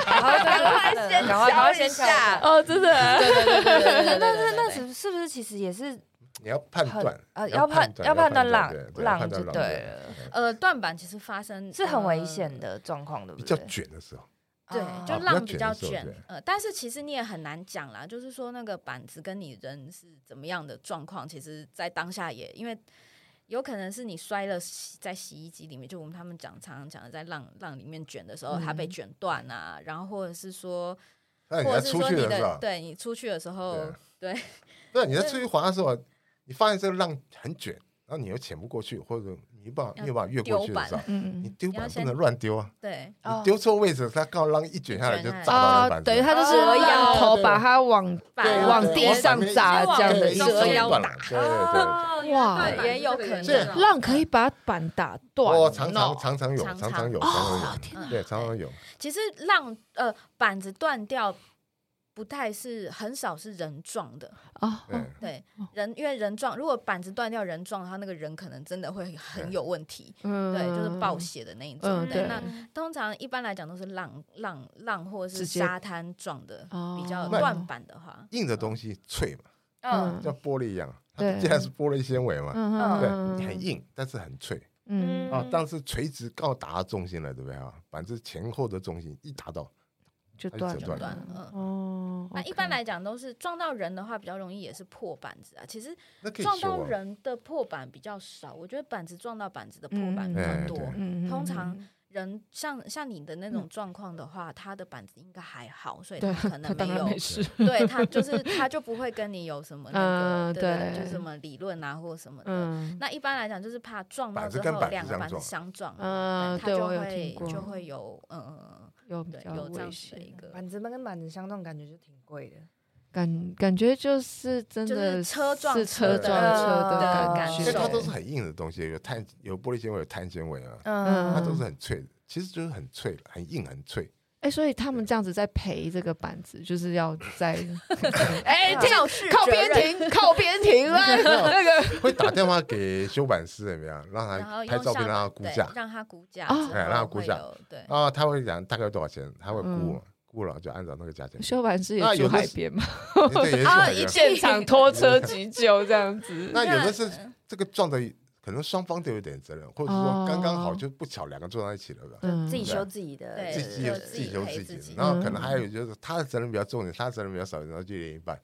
S3: 赶快
S4: 先
S3: 赶快赶快先
S4: 瞧一下
S1: 哦，真
S2: (laughs)
S1: 的，
S3: 对对对对对对，那
S4: 对
S3: 那
S4: 对
S3: 那是是不是其实也是
S2: 你要判
S3: 很
S2: 断
S3: 呃
S2: 要
S3: 要判
S2: 要
S3: 要判断浪
S2: 对对
S3: 浪
S2: 判
S3: 就
S2: 断浪
S3: 对
S2: 对
S3: 了，
S2: 对
S4: 呃，断板其实发生
S3: 是很危险
S4: 呃
S3: 的状况，对不
S2: 比较
S3: 对？
S2: 卷的时候，
S4: 对
S1: 哦
S3: 啊，
S4: 就
S2: 啊比较
S4: 浪比
S2: 卷
S4: 较
S2: 的时候
S4: 卷
S2: 对，
S4: 呃，但是其实你也很难讲啦，就是说那个板子跟你人是怎么样的状况，其实在当下也因为有可能是你摔了洗在洗衣机里面，就我们他们讲常常讲的在浪浪里面卷的时候，它被
S1: 嗯
S4: 卷断啊，然后或者是说，
S2: 那你
S4: 或
S2: 要
S4: 者是
S2: 出
S4: 说
S2: 去
S4: 你
S2: 的时
S4: 的
S2: 候，
S4: 对你出去的时候，对，
S2: 对，你在出去滑的时候，你发现这个浪很卷，然后你又潜不过去，或者你没办法
S4: 要
S2: 没有办法越过去的时候，
S1: 嗯
S2: 你
S1: 嗯
S2: 丢
S4: 你要
S2: 板不
S4: 先
S2: 能乱丢啊！
S4: 对
S2: 你丢错位置，它刚好浪一卷下来
S4: 一
S2: 就
S4: 卷
S2: 砸
S4: 下
S2: 到
S1: 啊
S2: 那，板
S1: 等于
S2: 上
S1: 他就是
S4: 哦
S1: 仰头
S2: 对
S1: 把它往
S2: 对
S4: 板
S1: 往
S2: 对
S1: 地
S2: 往
S1: 上
S2: 旁边
S1: 砸
S4: 往
S1: 这样的
S2: 对
S4: 对
S2: 一
S1: 一
S4: 折
S1: 个
S2: 手
S4: 腰
S2: 断了
S4: 打，
S2: 对对
S1: 哇
S4: 哦对也有可能哦
S2: 这
S4: 啦
S1: 浪可以把板打
S2: 对，
S1: 断哦，
S2: 我常常常常有，
S4: 常
S2: 常常
S4: 常
S2: 有，
S4: 哦
S2: 常常有，
S1: 天
S4: 哪
S2: 对，常常有，
S4: 其实浪呃板子断掉，不太是很少是人撞的，
S1: 啊，
S2: 对
S1: 哦，
S4: 对
S1: 哦
S4: 人因为人撞，如果板子断掉人撞，他那个人可能真的会很有问题，
S1: 嗯，
S4: 对，就是爆血的那一种。
S1: 嗯
S4: 对，
S1: 对
S4: 那通常一般来讲都是浪浪浪或者
S1: 直
S4: 是
S1: 接
S4: 沙滩撞的，
S1: 哦
S4: 比较断板的话，
S2: 硬的东西脆嘛，
S1: 嗯
S3: 嗯，
S2: 像玻璃一样，
S1: 对
S2: 既然是玻璃纤维嘛，
S1: 嗯
S3: 嗯
S2: 对，
S1: 嗯
S2: 你很硬，但是很脆
S1: 嗯，
S2: 啊。当时垂直刚好打到重心了，对不对啊？板子前后的重心一打到，
S1: 就
S2: 它就
S1: 断
S2: 折
S1: 了
S2: 断
S4: 断
S2: 了
S4: 了嗯。
S1: 哦，
S4: 那
S1: OK
S4: 一般来讲都是撞到人的话，比较容易也是破板子啊。其实
S2: 那可以
S4: 撞
S2: 修
S4: 到
S2: 啊。
S4: 人的破板比较少，我觉得板子撞到板子的破板
S1: 嗯
S4: 比较
S2: 哎
S4: 多。
S2: 对
S1: 嗯嗯
S4: 通
S1: 嗯
S4: 常
S1: 嗯
S4: 人像像你的那种状况的话，他的板子应该还好，所以
S1: 对啊
S4: 他可
S1: (laughs) 他
S4: 能
S1: 当然
S4: 有
S1: 没事，
S4: 对他
S1: (laughs)
S4: 就是他就不会跟你有什么那
S1: 嗯
S4: 个，对对，
S1: 对
S4: 就是什么理论啊或什么的。
S1: 嗯
S4: 那一般来讲，就是怕撞
S2: 板
S4: 到
S2: 子
S4: 之
S2: 跟
S4: 后
S2: 板子
S4: 两个
S2: 相
S4: 板子
S2: 撞
S4: 相撞，
S1: 嗯，
S4: 它
S1: 对
S4: 就
S1: 我有听
S4: 会
S1: 过，
S4: 就会有嗯嗯
S1: 有比
S4: 嗯，对，
S1: 较
S4: 有这
S1: 危
S4: 样子的一
S1: 险，
S4: 个，
S3: 嗯板子跟板子相撞，感觉就挺贵的。
S1: 感感觉就是真
S4: 就
S1: 的
S4: 是车撞
S1: 是车
S4: 车
S1: 撞
S3: 的
S1: 车的
S3: 的
S1: 感
S3: 感
S1: 觉，
S2: 因为它
S4: 受
S2: 都是很硬的东西，有碳、有玻璃纤维、有碳纤维啊，
S1: 嗯
S2: 它都是很脆的，其实就是很脆了，很硬很脆。
S1: 哎，所以他们这样子在赔这个板子，就是要
S4: (laughs)
S1: 在哎停
S4: 肇事
S1: 靠
S4: 责
S1: 边
S4: 任，
S1: 停，靠边停
S4: (laughs)
S1: 啊！那个
S2: 会打电话给修板师怎么样，让
S4: 然
S2: 他
S4: 后
S2: 拍
S4: 用
S2: 照片
S4: 下
S2: 让他
S4: 板
S2: 估
S4: 对
S2: 价
S4: 让他估价，
S1: 哦
S4: 之
S2: 哎让他
S4: 后
S2: 估
S4: 会
S2: 价
S4: 有，对，
S2: 啊，他会讲大概多少钱，他会估
S1: 嗯
S2: 嘛，估了就按照那个价
S1: (laughs)
S2: 钱。
S1: 修板师也
S2: 那有
S1: 住
S2: 的
S1: 海
S2: 是
S1: 边嘛，
S2: 对，也是
S4: 啊
S2: 很
S4: 一
S2: 硬
S4: 起
S1: 现场拖车急救这样子。
S2: 那有的是
S4: 嗯
S2: 这个撞的，可能双方都有点责任，或者说刚刚好
S1: 哦
S2: 就不巧两个撞到一起了吧。
S1: 嗯
S3: 自己
S2: 对
S3: 修自己的，
S4: 对
S2: 自己有
S4: 就自
S2: 自
S4: 己
S2: 己有
S4: 赔
S2: 自
S4: 自
S2: 己
S4: 己
S2: 的，然后可能还有就是他的责任比较重一点，他的责任比较少一点，然后就一人一半，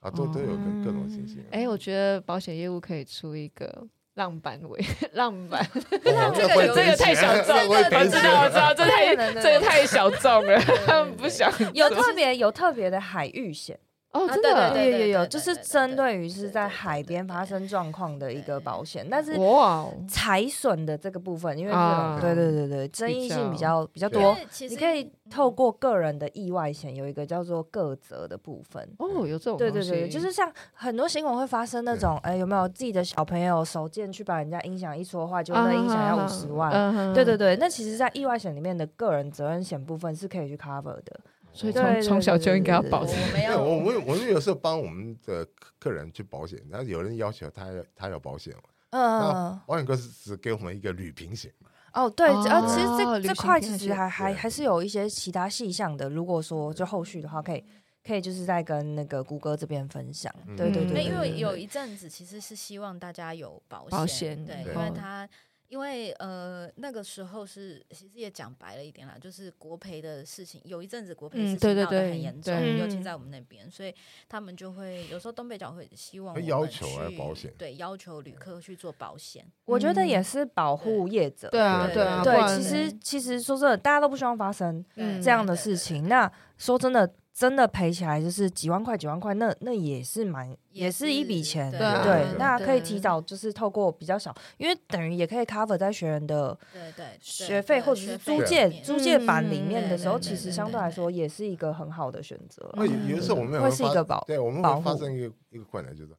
S2: 啊，都都有各各种情形。
S1: (laughs) 哎，我觉得保险业务可以出一个浪板尾 (laughs) 浪板，
S2: 哦
S4: 这个
S2: 会
S4: 有
S2: 赔
S1: 这个太
S2: 钱
S1: 小众
S2: 这个会
S4: 了
S1: 我
S2: 赔
S1: 知
S2: 钱
S1: 道，我知道，这太
S3: 对对对
S1: 这个太小众了，
S4: 对对
S1: (laughs) 不想
S3: 有特别有特别的海域险，
S1: 哦，
S4: 啊
S1: 真
S4: 对
S1: 的
S4: 对
S3: 有有有，就是
S4: 对对对
S3: 针对于是
S4: 对
S3: 在
S4: 对对
S3: 海边
S4: 对
S3: 发生状况的一个保险，但是
S1: 哇哦，
S3: 财损的这个部分，因为这
S1: 啊
S3: 种对对对对，争议性比较比较
S2: 对
S3: 多
S4: 因，为其实嗯
S3: 你可以透过个人的意外险有一个叫做个责的部分。
S1: 哦，有这种
S3: 对
S1: 东
S3: 对对，对
S1: 西
S3: 就是像很多新闻会发生那种，哎，有没有自己的小朋友手贱去把人家音响一戳坏，就
S1: 啊
S3: 那音响要五十万？
S1: 万
S3: 对对，对，那其实，在意外险里面的个人责任险部分是可以去 cover 的。
S1: 所以
S3: 对
S1: 从
S3: 对
S1: 从
S3: 对
S1: 小
S3: 对
S1: 就应该要
S3: 对对
S1: 保
S4: 我
S1: 持
S4: 我们
S2: 对 (laughs)
S4: 要
S2: 我我有我们有时候帮我们的客客人去保险，然后有人要求他要他要保险嘛，
S1: 哦
S3: 嗯，
S2: 保险公司只给我们一个旅平险，
S3: 哦，对，呃，其实
S1: 哦
S3: 这
S1: 旅
S3: 这
S1: 行
S3: 块
S1: 真
S3: 其
S1: 的是
S3: 实还还
S2: 对
S3: 还是有一些其他细项的。如果说就后续的话，可以可以就是在跟那个谷歌这边分享。对对
S1: 嗯
S3: 对对，
S4: 那因为
S3: 对
S4: 有
S3: 对
S4: 一阵子其实是希望大家有保
S1: 保险
S4: 险，对，
S1: 对
S4: 因
S3: 哦
S4: 为
S1: 嗯
S4: 他因为呃那个时候是其实也讲白了一点啦，就是国赔的事情，有一阵子国赔
S1: 嗯对
S4: 事情
S1: 对
S4: 闹得
S1: 对
S4: 很严重，
S1: 对
S4: 尤其
S3: 嗯
S4: 在我们那边，所以他们就会有时候东北角会希望
S2: 会
S4: 我
S2: 要
S4: 们
S2: 求啊
S4: 去
S2: 保险
S4: 对，要求旅客去做保险，
S3: 我觉得也是保护业者。
S1: 对啊
S2: 对
S1: 对啊，
S2: 对
S1: 不然
S3: 其实其实说真的，大家都不希望发生
S1: 嗯
S3: 这样的
S4: 对
S3: 事，情。那说真的，真的赔起来就是几万块、几万块，那那也是蛮
S4: 也
S3: 也是一笔
S4: 是
S3: 钱。
S4: 对
S1: 啊
S3: 对
S2: 对，
S3: 那可以
S4: 对
S3: 提早就是透过比较小，因为等于也可以 cover 在学员的
S4: 对对对对，
S3: 学费或者是租
S4: 费
S3: 借
S4: 里面
S3: 租借版里
S1: 嗯
S3: 面的时候，
S4: 对对
S3: 其
S4: 对
S3: 实
S4: 对
S3: 相对
S4: 对嗯
S3: 来说也是一个很好的选择
S2: 那
S3: 啊。
S2: 有有的时候我们也
S3: 会是一
S2: 发
S3: 个保
S2: 对我们
S3: 保
S2: 会发
S3: 护
S2: 生一个一个困难，就是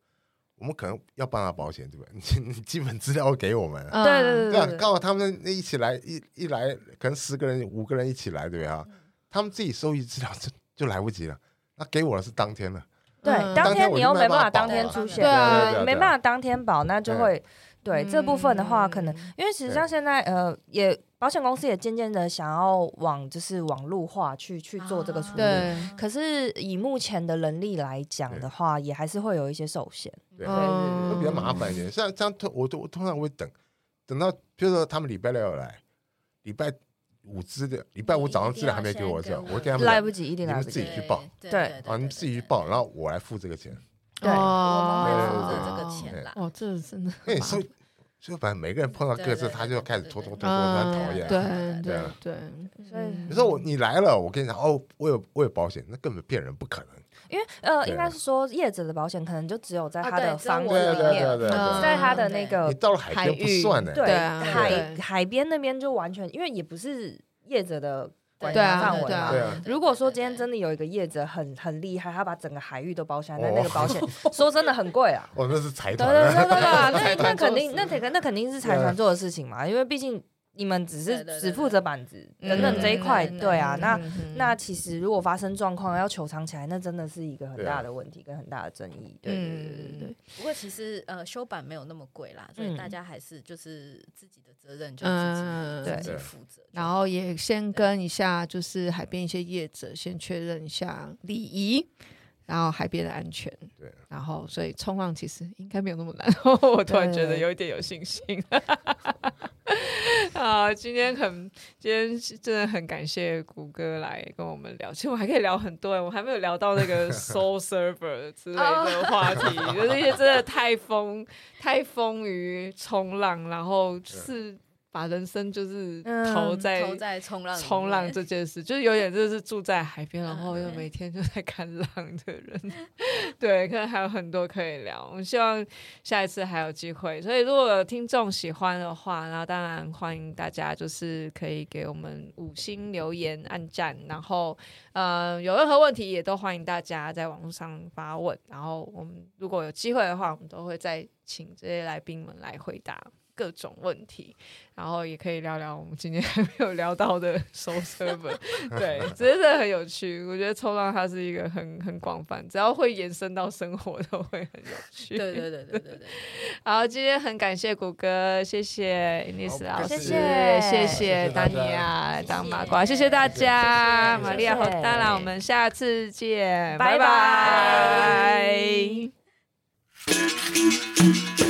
S2: 我们可能要帮他保险，对吧？ (laughs) 你你基本资料要给我们
S1: 嗯
S2: 啊，
S3: 对对对
S2: 对啊，刚好他们一起来一一来，可能十个人五个人一起来，对啊，
S3: 嗯
S2: 他们自己收集资料就就来不及了。那给我的是当天的，
S3: 对，
S1: 嗯
S2: 当
S3: 当
S2: 天
S3: 天
S2: 我
S3: 你
S2: 就
S3: 又
S2: 没
S3: 没
S2: 办
S3: 办
S2: 法
S3: 法当
S4: 保
S3: 天
S4: 了
S3: 出
S4: 对
S3: 现，
S1: 对啊
S2: 对啊
S3: 没办法当天保，那就
S2: 对
S3: 会对这部分的话，可能
S1: 嗯
S3: 因为其实像现在呃，也保险公司也渐渐的想要往就是网路化去去做
S4: 啊
S3: 这个处理。
S1: 对
S2: 嗯
S3: 可是以目前的能力来讲的话，也还是会有一些受限。
S2: 对
S3: 对对
S1: 哦
S2: 会比较麻烦一
S4: 嗯
S2: 点。像这样，我都我通常会等，等到比如说他们礼拜六要来，礼拜五资料，礼拜五早上资料还没给我的时候，我跟他们
S3: 来
S2: 讲
S3: 不及，一定
S2: 你
S3: 来
S2: 们
S3: 不
S2: 自
S3: 及
S2: 己。去报
S4: 对
S3: 对
S4: 对
S2: 啊，你们自己去报，然后我来付这个钱。
S3: 对
S4: 我们会
S2: 对
S4: 负
S2: 对
S4: 责
S2: 对
S4: 这个钱啦。
S1: 哦，这真的
S2: 那
S1: 很
S2: 你
S1: 麻
S2: 收
S1: 烦，
S2: 哎就反正每个人碰到各自，
S4: 对对对
S2: 他就开始拖拖拖拖，
S1: 嗯
S2: 很讨厌。
S1: 对
S2: 对
S1: 对
S2: 啊
S1: 对，
S3: 所以
S4: 嗯
S2: 你说我你来了，我跟你讲哦，我有我有保险，那根本骗人不可能。
S3: 因为呃，
S2: 对
S3: 应该是说业者的保险可能就只有在
S4: 啊
S3: 他的
S4: 对只有
S3: 房子
S4: 我
S2: 对
S4: 的
S3: 里
S2: 对
S3: 面，
S2: 对对
S1: 嗯
S2: 对，
S3: 在他的那
S2: 你
S4: 哦
S3: 个
S2: 到了海边不算呢。
S1: 域对啊
S3: 海
S1: 对
S3: 海边那边就完全，因为也不是业者的管
S1: 对
S3: 辖
S1: 啊
S3: 范围
S1: 对啊
S3: 嘛
S2: 对。啊
S3: 如果说今天
S4: 的
S3: 真的有一个业者很很厉害，他把整个海域都包下来，那
S2: 哦
S3: 那个
S2: (laughs)
S3: 保险说真的很贵啊。
S2: 哦，那是财
S3: 对
S2: 团
S3: 对
S2: 了。
S3: 对对对，
S1: 财
S3: (laughs)
S1: 团
S3: 那那
S1: 做
S3: 肯
S1: 的
S3: 定
S1: 事
S3: 那肯那肯定是财团做的事情嘛，因为毕竟你们只
S4: 对
S3: 是
S4: 对对
S3: 只
S4: 对
S3: 负责板子
S1: 嗯
S3: 等等这一块，
S4: 嗯
S3: 对啊，
S4: 嗯
S3: 那
S1: 嗯嗯
S3: 那其实如果发生状况要求偿起来，那真的是一个很
S2: 对啊
S3: 大的问题跟很大的争议。对对对对
S1: 嗯
S3: 对，
S4: 不过其实呃修版没有那么贵啦，所以
S3: 嗯
S4: 大家还是就是自己的责任就
S1: 嗯
S4: 自己自己
S2: 对
S4: 负责。
S1: 然后也先跟一下，就是海边一些业者先确认一下礼仪，然后海边的安全。
S2: 对，
S1: 然后所以冲浪其实应该没有那么难。我突然觉得
S3: 对
S1: 有一点有信心。啊，今天很，今天是真的很感谢谷歌来跟我们聊。其实我还可以聊很多、欸，我还没有聊到那个 Soul Server 之类的话题，就是一些真的太风太风于冲浪，然后是把人生就是
S3: 嗯
S1: 投在、
S4: 投在冲浪里面，
S1: 冲浪这件事，就是有点就是住在海边，然后又
S4: 嗯
S1: 每天就在看浪的人， (laughs) 对，可能还有很多可以聊。我们希望下一次还有机会，所以如果有听众喜欢的话，那当然欢迎大家就是可以给我们五星留言、按赞，然后呃有任何问题也都欢迎大家在网络上发问，然后我们如果有机会的话，我们都会再请这些来宾们来回答各种问题。然后也可以聊聊我们今天还没有聊到的 (laughs) 收车本，对，真的很有趣。我觉得冲浪它是一个很很广泛，只要会延伸到生活都会很有趣。
S4: (laughs) 对对对对对对。
S1: (laughs) 好，今天很感谢谷歌，谢谢 Ines 老
S2: 好
S1: 师，
S3: 不客气
S1: 谢谢
S3: 谢
S2: 谢
S1: 丹
S2: 大家
S1: 尼亚来当麻瓜，谢
S4: 谢
S1: 谢
S4: 谢
S1: 大家，
S4: 谢谢
S1: 玛利亚和
S3: 谢谢
S1: 大啦，我们下次见，拜
S3: 拜
S1: 拜
S3: 拜